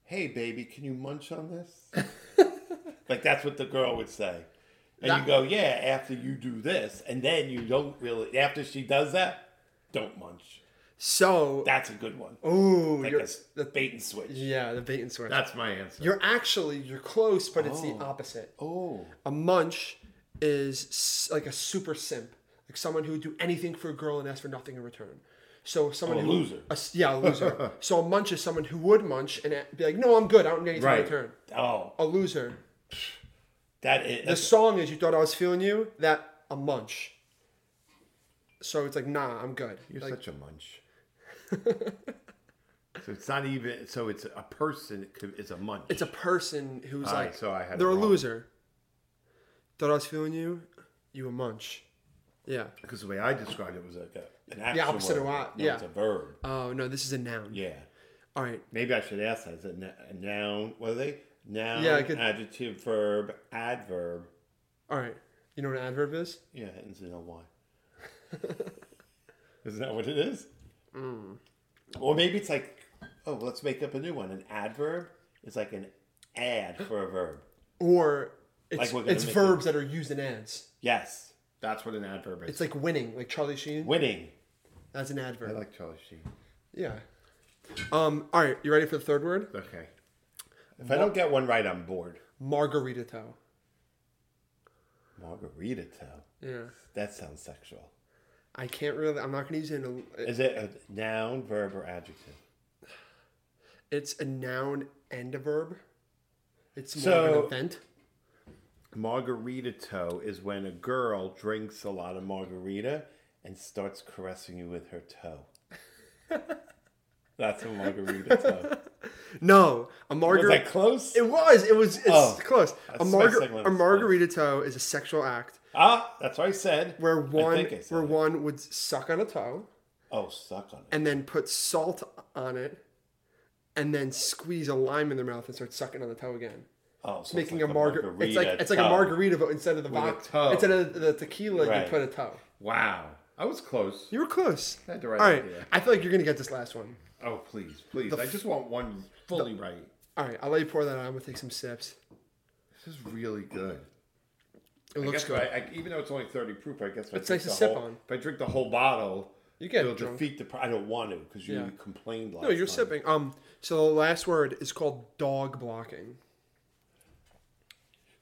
Speaker 1: hey baby, can you munch on this?
Speaker 2: [laughs]
Speaker 1: like that's what the girl would say, and you
Speaker 2: That-
Speaker 1: go, yeah. After you do this, and then you don't really. After she does that, don't munch.
Speaker 2: so.
Speaker 1: That's a good one.
Speaker 2: Ooh,
Speaker 1: like
Speaker 2: you're,
Speaker 1: a s- bait and switch.
Speaker 2: yeah, the bait and switch.
Speaker 5: That's my answer.
Speaker 2: you're actually you're close, but it's the opposite.
Speaker 1: Oh,
Speaker 2: A munch is s- like a super simp, like someone who would do anything for a girl and ask for nothing in return. So someone
Speaker 1: Oh, A
Speaker 2: who,
Speaker 1: loser.
Speaker 2: a
Speaker 1: [laughs]
Speaker 2: s- yeah, a loser. so a munch uh, is someone
Speaker 1: Oh.
Speaker 2: who would munch and a- be like, "No, I'm good. I don't need anything
Speaker 1: Right.
Speaker 2: in return."
Speaker 1: oh,
Speaker 2: A loser.
Speaker 4: That is
Speaker 2: The song is "You Thought I Was Feeling You." That a munch. So it's like, nah, I'm good.
Speaker 1: You're
Speaker 2: Like,
Speaker 1: such a munch. so it's not even. So it's a person. could- It's a munch.
Speaker 2: it's a person who's
Speaker 1: All right,
Speaker 2: like,
Speaker 1: so I had it
Speaker 2: they're a
Speaker 1: wrong.
Speaker 2: loser. Thought I was feeling you. You a munch. Yeah.
Speaker 1: because the way I described it was like a, an action.
Speaker 2: The opposite
Speaker 1: word.
Speaker 2: of what?
Speaker 1: No,
Speaker 2: yeah.
Speaker 1: It's a verb.
Speaker 2: Oh no, this is a noun.
Speaker 1: Yeah.
Speaker 2: All right.
Speaker 1: Maybe I should ask that. Is it na- a noun? What are they? Noun,
Speaker 2: Yeah, I could-
Speaker 1: adjective, verb, adverb.
Speaker 2: All right. You know what an adverb is?
Speaker 1: Yeah, it ends in a Y. [laughs] Isn't that what it is?
Speaker 2: Hmm.
Speaker 1: Or maybe it's like, oh, let's make up a new one. An adverb is like an ad for a verb.
Speaker 2: Or it's,
Speaker 1: Like we're gonna
Speaker 2: it's
Speaker 1: make
Speaker 2: verbs that are used in ads.
Speaker 1: Yes, that's what an adverb is.
Speaker 2: It's like winning, like Charlie Sheen.
Speaker 1: winning.
Speaker 2: That's an adverb.
Speaker 1: I like Charlie Sheen.
Speaker 2: yeah. Um. All right. You ready for the third word?
Speaker 1: Okay. If I don't get one right, I'm bored.
Speaker 2: Margarita toe.
Speaker 1: Margarita toe.
Speaker 2: Yeah.
Speaker 1: That sounds sexual.
Speaker 2: I can't really. I'm not gonna use it. In a,
Speaker 1: Is it a noun, verb, or adjective?
Speaker 2: it's a noun and a verb. It's more of an
Speaker 1: So-
Speaker 2: event.
Speaker 1: Margarita toe is when a girl drinks a lot of margarita and starts caressing you with her toe. [laughs] That's a margarita
Speaker 2: [laughs]
Speaker 1: toe.
Speaker 2: No,
Speaker 1: Was that
Speaker 2: a margarita.
Speaker 1: close?
Speaker 2: It was. It was. It's
Speaker 1: Oh,
Speaker 2: close. A,
Speaker 1: that's my
Speaker 2: margar-
Speaker 1: second one.
Speaker 2: a margarita toe is a sexual act
Speaker 1: Ah, that's what I said.
Speaker 2: where
Speaker 1: I
Speaker 2: one
Speaker 1: think I said
Speaker 2: where
Speaker 1: it.
Speaker 2: one would suck on a toe
Speaker 1: Oh, suck on it.
Speaker 2: and then put salt on it, and then squeeze a lime in their mouth and start sucking on the toe again,
Speaker 1: Oh, so
Speaker 2: making
Speaker 1: it's like
Speaker 2: a, margarita. It's like it's like
Speaker 1: toe.
Speaker 2: a margarita, but instead of the
Speaker 1: a
Speaker 2: vodka,
Speaker 1: toe.
Speaker 2: instead of the tequila, you
Speaker 1: Right.
Speaker 2: put a toe.
Speaker 1: Wow, I was close.
Speaker 2: You were close.
Speaker 1: I had the right
Speaker 2: All right,
Speaker 1: idea.
Speaker 2: I feel like you're gonna get this last one.
Speaker 1: Oh, please, please. I just want one fully right.
Speaker 2: All right, I'll let you pour that on. I'm gonna take some sips.
Speaker 1: This is really good. I
Speaker 2: It looks
Speaker 1: guess
Speaker 2: good.
Speaker 1: I, I, even though it's only 30 proof, I guess if I
Speaker 2: It's
Speaker 1: drink
Speaker 2: nice to
Speaker 1: the
Speaker 2: sip
Speaker 1: whole-
Speaker 2: on.
Speaker 1: If I drink the whole bottle,
Speaker 2: You get
Speaker 1: it'll
Speaker 2: drunk.
Speaker 1: defeat the. pr- I don't want to because you
Speaker 2: Yeah.
Speaker 1: complained last
Speaker 2: No, you're
Speaker 1: time.
Speaker 2: sipping. Um, so the last word is called dog blocking.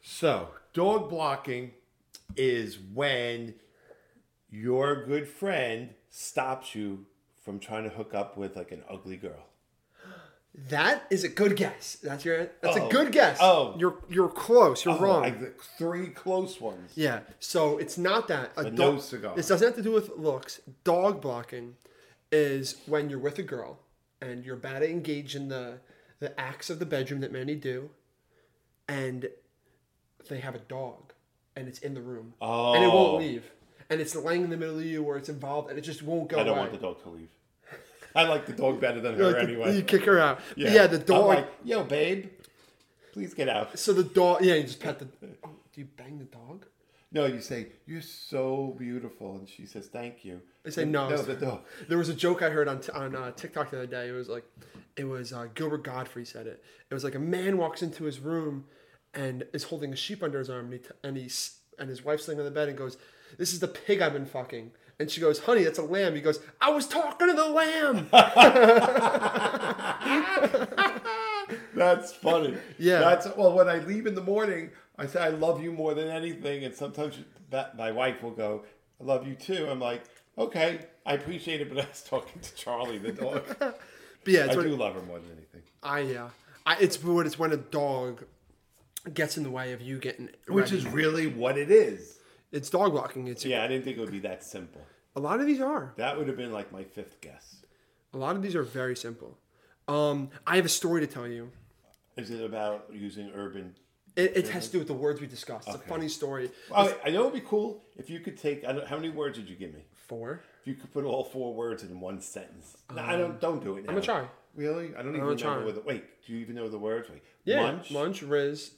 Speaker 1: So, dog blocking is when your good friend stops you from trying to hook up with like an ugly girl.
Speaker 2: That is a good guess. That's your. That's a
Speaker 1: Oh.
Speaker 2: good guess.
Speaker 1: Oh.
Speaker 2: you're you're close. You're wrong.
Speaker 1: I, the three close ones.
Speaker 2: yeah. So it's not that. A
Speaker 1: no cigar.
Speaker 2: This doesn't have to do with looks. Dog blocking is when you're with a girl and you're about to engage in the the acts of the bedroom that many do, and they have a dog, and it's in the room, and it
Speaker 1: Oh.
Speaker 2: won't leave, and it's laying in the middle of you, or it's involved, and it just won't go
Speaker 1: I don't
Speaker 2: away.
Speaker 1: want the dog to leave. I like the dog better than her
Speaker 2: Like the-
Speaker 1: anyway.
Speaker 2: You kick her out. But Yeah, the
Speaker 1: I'm
Speaker 2: dog.
Speaker 1: like, Yo, babe, please get out.
Speaker 2: so the dog. Yeah, you just pet the. Oh, do you bang the dog?
Speaker 1: No, you say you're so beautiful, and she says thank you.
Speaker 2: They say no.
Speaker 1: No, the
Speaker 2: [laughs]
Speaker 1: dog.
Speaker 2: There was a joke I heard on on uh, TikTok the other day. It was like, it was uh, Gilbert Godfrey said it. It was like a man walks into his room, and is holding a sheep under his arm, and he, t- and, he's, and his wife's laying on the bed and goes, "This is the pig I've been fucking." And she goes, "Honey, that's a lamb." He goes, "I was talking to
Speaker 1: [laughs]
Speaker 2: the lamb."
Speaker 1: That's funny.
Speaker 2: Yeah.
Speaker 1: That's well. When I leave in the morning, I say I love you more than anything, and sometimes that, my wife will go, "I love you too." I'm like, okay, I appreciate it, but I was talking to Charlie the dog.
Speaker 2: but yeah,
Speaker 1: I
Speaker 2: it's what,
Speaker 1: do love her more than anything.
Speaker 2: I yeah, I, it's what it's when a dog gets in the way of you getting
Speaker 1: Which
Speaker 2: ready.
Speaker 1: is really what it is.
Speaker 2: it's dog walking. It's
Speaker 1: Yeah, I didn't think it would be that simple.
Speaker 2: a lot of these are.
Speaker 1: That would have been like my fifth guess.
Speaker 2: A lot of these are very simple. Um, I have a story to tell you.
Speaker 1: Is it about using urban?
Speaker 2: It, it has to do with the words we discussed. It's a funny story.
Speaker 1: Oh, I know it'd be cool if you could take. I don't, how many words did you give me?
Speaker 2: Four.
Speaker 1: If you could put all four words in one sentence. No, I don't. Don't do it. Now.
Speaker 2: Um, I'm gonna try.
Speaker 1: Really? I don't even
Speaker 2: gonna
Speaker 1: remember.
Speaker 2: try.
Speaker 1: What the, wait, do you even know the words? Wait,
Speaker 2: Yeah.
Speaker 1: Munch?
Speaker 2: Lunch. Riz.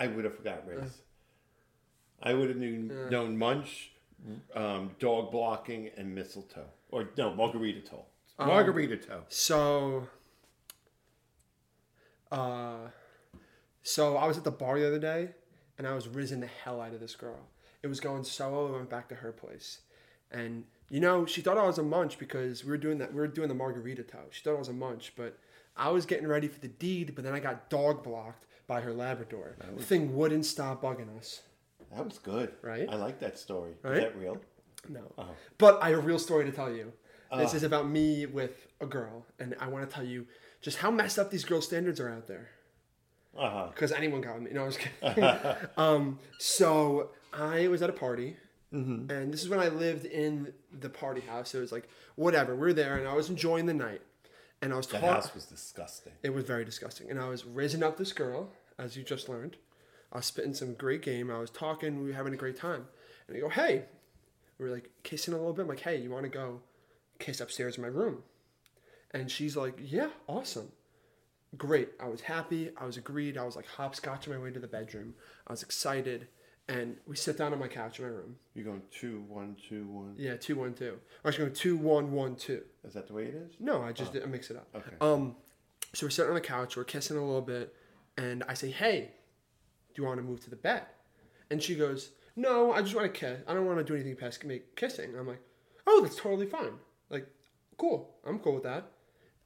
Speaker 1: I would have forgot race.
Speaker 2: Uh,
Speaker 1: I would have known, known munch, um, dog blocking, and mistletoe. Or no, margarita toe.
Speaker 2: Um,
Speaker 1: Margarita toe.
Speaker 2: So. Uh, so I was at the bar the other day, and I was rizzing the hell out of this girl. It was going solo. I went back to her place, and you know she thought I was a munch because we were doing that. We were doing the margarita toe. She thought I was a munch, but I was getting ready for the deed. But then I got dog blocked by her Labrador. The thing wouldn't stop bugging us.
Speaker 1: That was good.
Speaker 2: Right?
Speaker 1: I like that story.
Speaker 2: Right?
Speaker 1: Is that real?
Speaker 2: No.
Speaker 1: Oh.
Speaker 2: But I have a real story to tell you.
Speaker 1: Uh.
Speaker 2: This is about me with a girl, and I want to tell you just how messed up these girls' standards are out there.
Speaker 1: Uh-huh.
Speaker 2: because anyone got me. No, I was kidding.
Speaker 1: [laughs]
Speaker 2: um, so I was at a party,
Speaker 1: Mm-hmm.
Speaker 2: and this is when I lived in the party house. So it was like whatever. We are there, and I was enjoying the night, and I was
Speaker 1: The
Speaker 2: talking.
Speaker 1: house was disgusting.
Speaker 2: It was very disgusting, and I was raising up this girl, as you just learned. I was spitting some great game. I was talking. We were having a great time, and I go, "Hey," we were like kissing a little bit. I'm like, "Hey, you want to go kiss upstairs in my room?" And she's like, "Yeah, awesome." great. I was happy. I was agreed. I was like hopscotching my way to the bedroom. I was excited. And we sit down on my couch in my room.
Speaker 1: You're going two, one, two, one.
Speaker 2: Yeah, two one two. I was going two one one two.
Speaker 1: Is that the way it is?
Speaker 2: No, I just did, I mix it up. Okay. Um, so we're sitting on the couch. We're kissing a little bit, and I say, "Hey, do you want to move to the bed?" And she goes, "No, I just want to kiss. I don't want to do anything past make kissing." I'm like, "Oh, that's totally fine. Like, cool. I'm cool with that."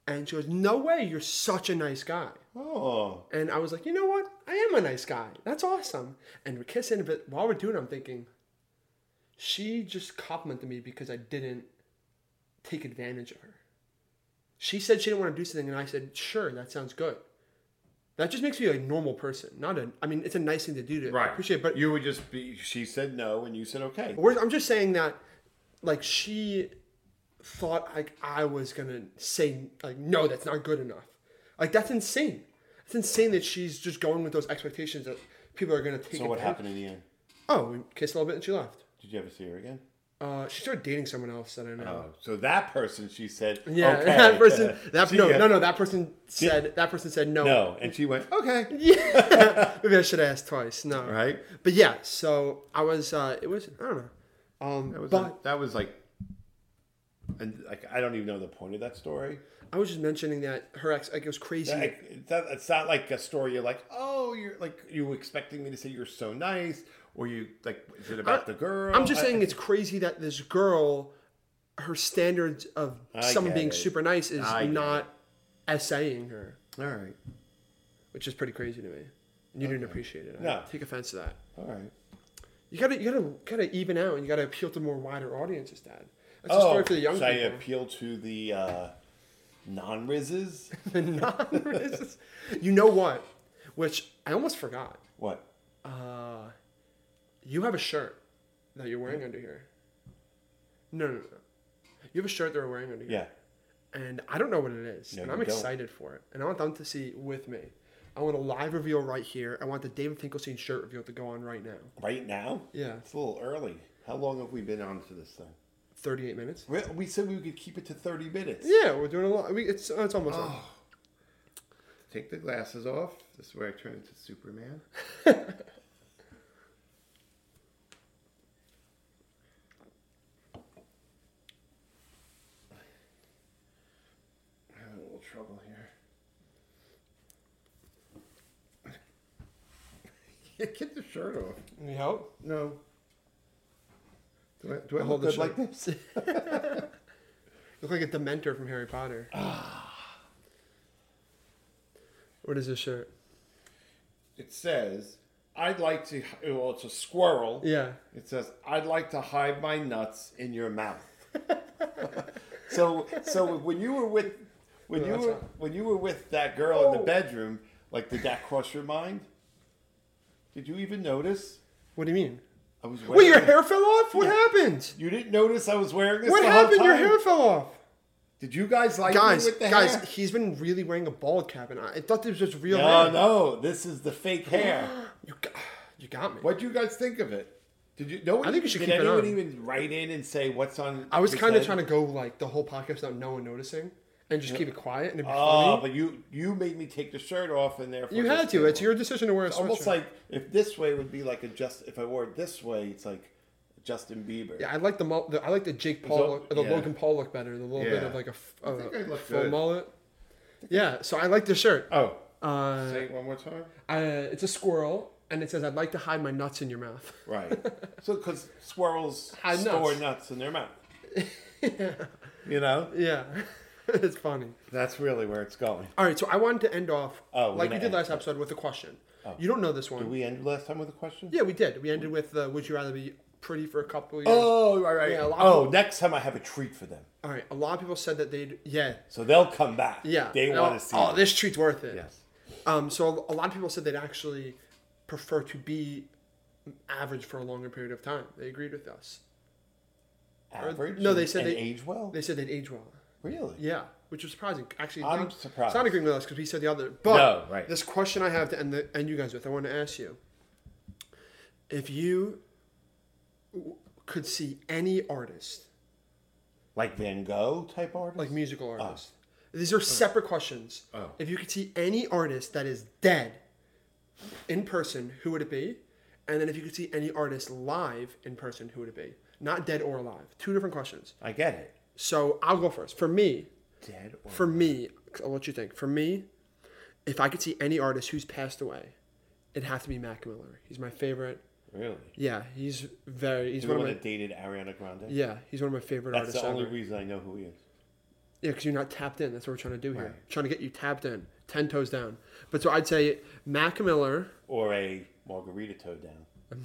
Speaker 2: And she goes, "No way. You're such a nice guy."
Speaker 1: Oh,
Speaker 2: And I was like, you know what? I am a nice guy. That's awesome. And we're kissing, but while we're doing it, I'm thinking, she just complimented me because I didn't take advantage of her. She said she didn't want to do something, and I said, sure, that sounds good. That just makes me a normal person, not a. I mean, it's a nice thing to do to
Speaker 1: right.
Speaker 2: appreciate, but
Speaker 1: you would just be. She said no, and you said okay.
Speaker 2: we're, I'm just saying that, like, she thought like I was gonna say like no, that's not good enough. Like that's insane. It's insane that she's just going with those expectations that people are gonna take.
Speaker 1: So what
Speaker 2: advantage-
Speaker 1: happened in the end?
Speaker 2: Oh, we kissed a little bit and she left.
Speaker 1: Did you ever see her again?
Speaker 2: Uh, she started dating someone else that I
Speaker 1: Oh,
Speaker 2: know.
Speaker 1: so that person, she said.
Speaker 2: yeah,
Speaker 1: okay.
Speaker 2: [laughs]
Speaker 1: [laughs]
Speaker 2: that person. That
Speaker 1: She
Speaker 2: no,
Speaker 1: got-
Speaker 2: no, no. That person said. that person said no.
Speaker 1: No, and she went okay.
Speaker 2: [laughs] Yeah. Maybe I should have asked twice. No.
Speaker 1: Right.
Speaker 2: But yeah, so I was. Uh, it was. I don't know. Um,
Speaker 1: That was
Speaker 2: but
Speaker 1: that was like, and like I don't even know the point of that story.
Speaker 2: I was just mentioning that her ex. Like it was crazy.
Speaker 1: Like, it's not- it's not like a story. You're like, oh, you're like you were expecting me to say you're so nice, or you like is it about the girl?
Speaker 2: I'm just
Speaker 1: I-
Speaker 2: saying it's crazy that this girl, her standards of someone
Speaker 1: get
Speaker 2: being
Speaker 1: it.
Speaker 2: super nice is
Speaker 1: I get
Speaker 2: not essaying her,
Speaker 1: All right,
Speaker 2: which is pretty crazy to me. And you didn't appreciate it. I
Speaker 1: No.
Speaker 2: take offense to that.
Speaker 1: all right.
Speaker 2: You gotta, you gotta, gotta even out, and you gotta appeal to more wider audiences, Dad. That's a
Speaker 1: Oh,
Speaker 2: story for the young
Speaker 1: should I
Speaker 2: people.
Speaker 1: appeal to the uh, non-rizzes?
Speaker 2: The [laughs] non-racist- you know what? Which I almost forgot.
Speaker 1: what?
Speaker 2: Uh, you have a shirt that you're wearing under here. No, no, no. You have a shirt that we're wearing under here.
Speaker 1: Yeah.
Speaker 2: and I don't know what it is, and
Speaker 1: you
Speaker 2: I'm
Speaker 1: don't.
Speaker 2: excited for it, and I want them to see with me. I want a live reveal right here. I want the David Finkelstein shirt reveal to go on right now.
Speaker 1: Right now?
Speaker 2: Yeah.
Speaker 1: It's a little early. How long have we been on to this thing?
Speaker 2: 38 minutes.
Speaker 1: We, we said we could keep it to 30 minutes.
Speaker 2: Yeah, we're doing a lot. We, it's it's almost. done.
Speaker 1: Oh, Take the glasses off. This is where I turn into Superman. [laughs] having a little trouble here. [laughs] Get the shirt off.
Speaker 2: Need help?
Speaker 1: No. Do I, do I
Speaker 2: Hold
Speaker 1: look
Speaker 2: the
Speaker 1: good
Speaker 2: shirt.
Speaker 1: like this? [laughs]
Speaker 2: Look like a Dementor from Harry Potter.
Speaker 1: Ah.
Speaker 2: what is this shirt?
Speaker 1: It says, I'd like to, well, it's a squirrel.
Speaker 2: Yeah.
Speaker 1: It says, "I'd like to hide my nuts in your
Speaker 2: [laughs]
Speaker 1: mouth." so, so when you were with, when
Speaker 2: No,
Speaker 1: you
Speaker 2: that's Oh.
Speaker 1: were,
Speaker 2: not-
Speaker 1: when you were with that girl in the bedroom, like did that cross your mind? Did you even notice?
Speaker 2: What do you mean?
Speaker 1: I was
Speaker 2: Wait,
Speaker 1: wearing.
Speaker 2: your hair fell off? What happened?
Speaker 1: You didn't notice I was wearing this.
Speaker 2: What
Speaker 1: the
Speaker 2: happened?
Speaker 1: Whole
Speaker 2: Your
Speaker 1: time?
Speaker 2: hair fell off.
Speaker 1: Did you guys like
Speaker 2: Guys,
Speaker 1: me with the
Speaker 2: guys,
Speaker 1: hair?
Speaker 2: he's been really wearing a bald cap, and I, I thought this was just real
Speaker 1: No,
Speaker 2: hair.
Speaker 1: no, this is the fake
Speaker 2: [gasps]
Speaker 1: hair.
Speaker 2: You got, [sighs] you got me.
Speaker 1: What do you guys think of it? Did you? No one.
Speaker 2: I think you should
Speaker 1: did
Speaker 2: keep it
Speaker 1: anyone
Speaker 2: on.
Speaker 1: even write in and say what's on?
Speaker 2: I was
Speaker 1: his
Speaker 2: kind of
Speaker 1: head?
Speaker 2: trying to go like the whole podcast without no one noticing and just keep it quiet and it'd be
Speaker 1: Oh,
Speaker 2: funny.
Speaker 1: but you you made me take the shirt off and therefore
Speaker 2: You
Speaker 1: this
Speaker 2: had to.
Speaker 1: came
Speaker 2: It's
Speaker 1: off.
Speaker 2: your decision to wear a
Speaker 1: It's almost
Speaker 2: sweatshirt.
Speaker 1: like if this way would be like a just if I wore it this way, it's like Justin Bieber.
Speaker 2: yeah, I like the, mul- the I like the Jake Paul
Speaker 1: all-
Speaker 2: look, or the
Speaker 1: yeah.
Speaker 2: Logan Paul look better. The little bit
Speaker 1: Yeah.
Speaker 2: of like a, f-
Speaker 1: I think I
Speaker 2: a
Speaker 1: look
Speaker 2: full
Speaker 1: good.
Speaker 2: mullet. Yeah, so I like the shirt.
Speaker 1: Oh,
Speaker 2: Uh,
Speaker 1: say it one more time.
Speaker 2: I, it's a squirrel and it says I'd like to hide my nuts in your mouth.
Speaker 1: Right. so because squirrels
Speaker 2: Hide
Speaker 1: store
Speaker 2: nuts.
Speaker 1: nuts. in their
Speaker 2: [laughs]
Speaker 1: mouth. You know,
Speaker 2: [laughs] yeah, [laughs] it's funny.
Speaker 1: that's really where it's going.
Speaker 2: All right, so I wanted to end off
Speaker 1: Oh, we're
Speaker 2: like we
Speaker 1: gonna
Speaker 2: did
Speaker 1: end.
Speaker 2: last episode with a question. You don't know this one.
Speaker 1: Did we end last time with a question?
Speaker 2: yeah, we did. We ended with the Would you rather be pretty for a couple years?
Speaker 1: Oh, right, right.
Speaker 2: Yeah, a lot of
Speaker 1: oh,
Speaker 2: people-
Speaker 1: next time I have a treat for them,
Speaker 2: All right, a lot of people said that they'd yeah
Speaker 1: so they'll come back.
Speaker 2: Yeah.
Speaker 1: they
Speaker 2: No,
Speaker 1: want to see.
Speaker 2: Oh,
Speaker 1: it.
Speaker 2: this treat's worth it.
Speaker 1: Yes.
Speaker 2: Um, so a lot of people said they'd actually prefer to be average for a longer period of time. They agreed with us. Or-
Speaker 1: Average
Speaker 2: no, they
Speaker 1: and-
Speaker 2: said
Speaker 1: and
Speaker 2: they-
Speaker 1: age well.
Speaker 2: They said they'd age well.
Speaker 1: really?
Speaker 2: Yeah, which was surprising. Actually,
Speaker 1: I'm
Speaker 2: John-
Speaker 1: surprised.
Speaker 2: John agreeing with us because we said the other. But
Speaker 1: No, right.
Speaker 2: this question I have to end, the, end you guys with, I want to ask you: If you w- could see any artist,
Speaker 1: Like Van Gogh type artist?
Speaker 2: like musical artist, these are separate questions.
Speaker 1: Oh.
Speaker 2: If you could see any artist that is dead in person, who would it be? And then if you could see any artist live in person, who would it be? Not dead or alive. Two different questions.
Speaker 1: I get it.
Speaker 2: So I'll go first. For me,
Speaker 1: Dead or
Speaker 2: for me, what you think? For me, if I could see any artist who's passed away, it'd have to be Mac Miller. He's my favorite.
Speaker 1: really?
Speaker 2: Yeah, he's very. He's
Speaker 1: The
Speaker 2: one
Speaker 1: one
Speaker 2: of my.
Speaker 1: that dated Ariana Grande.
Speaker 2: Yeah, he's one of my favorite
Speaker 1: That's
Speaker 2: artists.
Speaker 1: the only
Speaker 2: ever.
Speaker 1: reason I know who he is.
Speaker 2: Yeah, because you're not tapped in. That's what we're trying to do here. Trying to get you tapped in, ten toes down. But so I'd say
Speaker 1: [laughs]
Speaker 2: Mac Miller.
Speaker 1: Or a margarita toe down.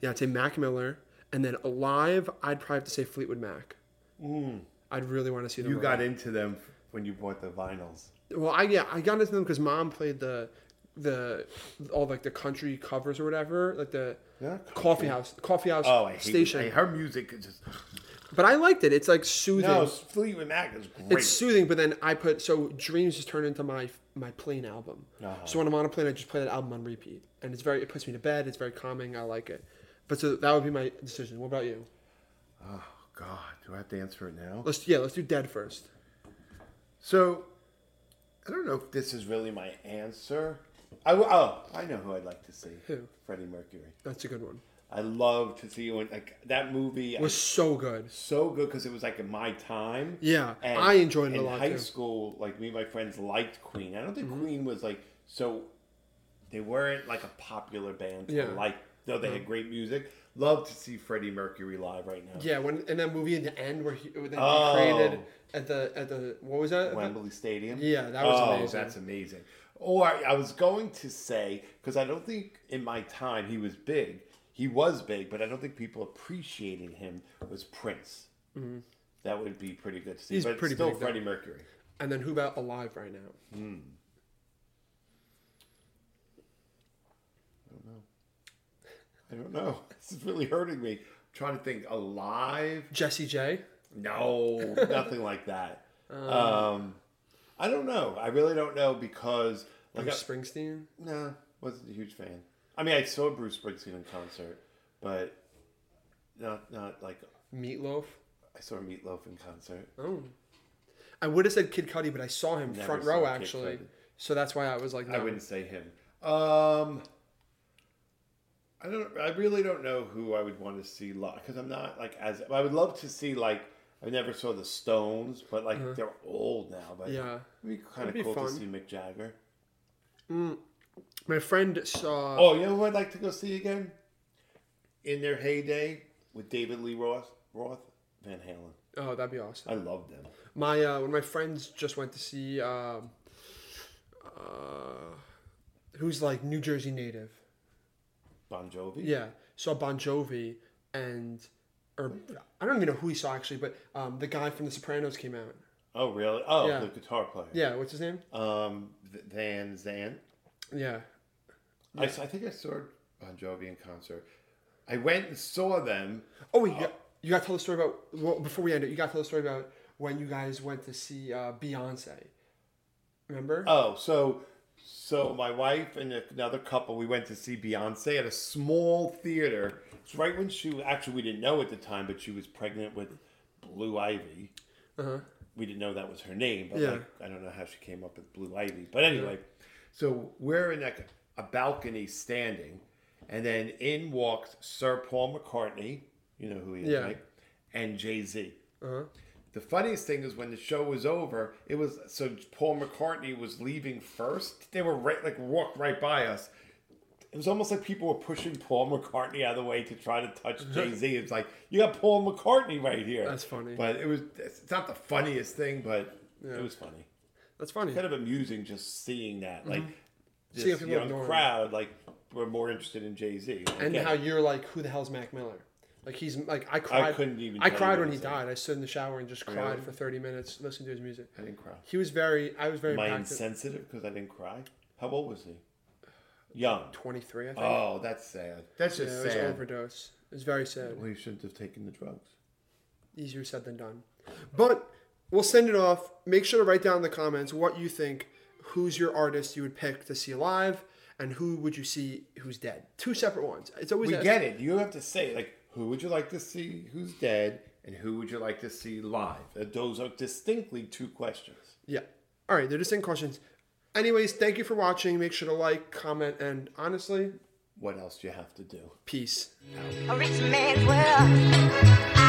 Speaker 2: Yeah, I'd say Mac Miller, and then alive, I'd probably have to say Fleetwood Mac. Mm. I'd really want to see them.
Speaker 1: You
Speaker 2: alive.
Speaker 1: got into them when you bought the vinyls.
Speaker 2: Well, I yeah, I got into them because mom played the the all like the country covers or whatever, like the
Speaker 1: Yeah,
Speaker 2: coffee house, coffee house
Speaker 1: Oh, I hate
Speaker 2: station.
Speaker 1: I- her music is just
Speaker 2: But I liked it. It's like soothing.
Speaker 1: no. Fleetwood Mac is great.
Speaker 2: it's soothing. But then I put so dreams just turned into my my plane album.
Speaker 1: Uh-huh.
Speaker 2: So when I'm on a plane, I just play that album on repeat, and it's very it puts me to bed. It's very calming. I like it. But so that would be my decision. What about you?
Speaker 1: God, do I have to answer it now?
Speaker 2: Let's yeah, let's do dead first.
Speaker 1: So, I don't know if this is really my answer. I w- oh, I know who I'd like to see.
Speaker 2: Who?
Speaker 1: Freddie Mercury.
Speaker 2: That's a good one.
Speaker 1: I love to see you in like that movie.
Speaker 2: It was
Speaker 1: was
Speaker 2: so good.
Speaker 1: so good because it was like in my time.
Speaker 2: Yeah, I enjoyed it a
Speaker 1: in
Speaker 2: lot,
Speaker 1: high
Speaker 2: too. Mm-hmm.
Speaker 1: school, like me and my friends liked Queen. I don't think Queen was like so. They weren't like a popular band.
Speaker 2: Yeah. Mm-hmm.
Speaker 1: Like though they had great music. Love to see Freddie Mercury live right now.
Speaker 2: Yeah, when in that movie in the end where he, when they
Speaker 1: Oh.
Speaker 2: created at the at the what was that?
Speaker 1: Wembley Stadium.
Speaker 2: Yeah, that was
Speaker 1: oh,
Speaker 2: amazing.
Speaker 1: That's amazing. Or I was going to say because I don't think in my time he was big. He was big, but I don't think people appreciated him. Was Prince? That would be pretty good to see.
Speaker 2: Mm-hmm. He's
Speaker 1: but
Speaker 2: pretty
Speaker 1: still
Speaker 2: big, though.
Speaker 1: Freddie Mercury.
Speaker 2: And then who about alive right now?
Speaker 1: I don't know. [laughs] This is really hurting me. I'm trying to think. Alive?
Speaker 2: Jesse J.
Speaker 1: No, nothing like that. Um, I don't know. I really don't know because like
Speaker 2: Bruce Springsteen.
Speaker 1: I, nah, wasn't a huge fan. I mean, I saw Bruce Springsteen in concert, but not not like
Speaker 2: Meatloaf.
Speaker 1: I saw Meatloaf in concert.
Speaker 2: Oh. I would have said Kid Cudi, but I saw him
Speaker 1: Never
Speaker 2: front
Speaker 1: saw
Speaker 2: row
Speaker 1: Kid
Speaker 2: actually.
Speaker 1: Cudi.
Speaker 2: So that's why I was like, no.
Speaker 1: I wouldn't say him. Um, I don't. I really don't know who I would want to see live because I'm not like as. I would love to see like I never saw the Stones, but like they're old now. But
Speaker 2: Uh-huh. Yeah.
Speaker 1: it'd be kind
Speaker 2: It'd be
Speaker 1: of cool
Speaker 2: fun.
Speaker 1: to see Mick Jagger.
Speaker 2: My friend saw.
Speaker 1: Oh, you know who I'd like to go see again? In their heyday with David Lee Roth, Roth Van Halen.
Speaker 2: Oh, that'd be awesome.
Speaker 1: I love them.
Speaker 2: My uh, one of my friends just went to see. Um, uh, who's like New Jersey native?
Speaker 1: Bon Jovi.
Speaker 2: Yeah, saw Bon Jovi and or I don't even know who he saw actually, but um, the guy from The Sopranos came out.
Speaker 1: Oh, really? Oh,
Speaker 2: Yeah.
Speaker 1: the guitar player.
Speaker 2: Yeah, what's his name?
Speaker 1: Um, V- Van Zant.
Speaker 2: Yeah,
Speaker 1: I, s- I think I saw Bon Jovi in concert. I went and saw them.
Speaker 2: Oh, wait, you, got, you got to tell the story about well, before we end it. You got to tell the story about when you guys went to see uh, Beyonce. Remember?
Speaker 1: Oh, so so my wife and another couple we went to see Beyonce at a small theater. It's right when she actually we didn't know at the time, but she was pregnant with Blue Ivy. We didn't know that was her name, but
Speaker 2: Yeah.
Speaker 1: like, I don't know how she came up with Blue Ivy. But anyway, so we're in like a balcony standing, and then in walks Sir Paul McCartney. You know who he is,
Speaker 2: Yeah. Uh-huh.
Speaker 1: right? And Jay Z. The funniest thing is when the show was over, it was so Paul McCartney was leaving first. They were right, like walked right by us. It was almost like people were pushing Paul McCartney out of the way to try to
Speaker 2: [laughs]
Speaker 1: touch Jay Z. It's like you got Paul McCartney right here.
Speaker 2: That's funny.
Speaker 1: But it was it's not the funniest thing, but it was funny.
Speaker 2: That's funny.
Speaker 1: Kind of amusing just seeing that, like this
Speaker 2: Mm-hmm. Seeing people
Speaker 1: young
Speaker 2: ignoring him.
Speaker 1: crowd, like were more interested in Jay Z.
Speaker 2: and how you're like, who the hell's Mac Miller? Like he's like I cried.
Speaker 4: couldn't even
Speaker 2: I
Speaker 4: tell you
Speaker 2: cried
Speaker 4: what
Speaker 2: when
Speaker 4: to
Speaker 2: he
Speaker 4: say.
Speaker 2: died. I stood in the shower and just cried for thirty minutes, listened to his music.
Speaker 4: I didn't cry.
Speaker 2: He was very. I was very
Speaker 4: Am I
Speaker 2: impacted.
Speaker 4: insensitive because I didn't cry? How old was he? Young.
Speaker 2: Twenty three. I think.
Speaker 4: Oh, that's sad.
Speaker 1: That's
Speaker 2: yeah,
Speaker 1: just
Speaker 2: it was
Speaker 1: sad.
Speaker 2: overdose. It was very sad.
Speaker 4: Well, you shouldn't have taken the drugs.
Speaker 2: easier said than done. But we'll send it off. Make sure to write down in the comments what you think. Who's your artist you would pick to see live, and who would you see who's dead? Two separate ones. It's always
Speaker 1: We
Speaker 2: asked-
Speaker 1: get it. You have to say like, who would you like to see? Who's dead? And who would you like to see live?
Speaker 4: Uh, Those are distinctly two questions.
Speaker 2: Yeah. All right. They're just in questions. Anyways, thank you for watching. Make sure to like, comment, and honestly,
Speaker 4: What else do you have to do?
Speaker 2: peace.
Speaker 3: a rich man's world.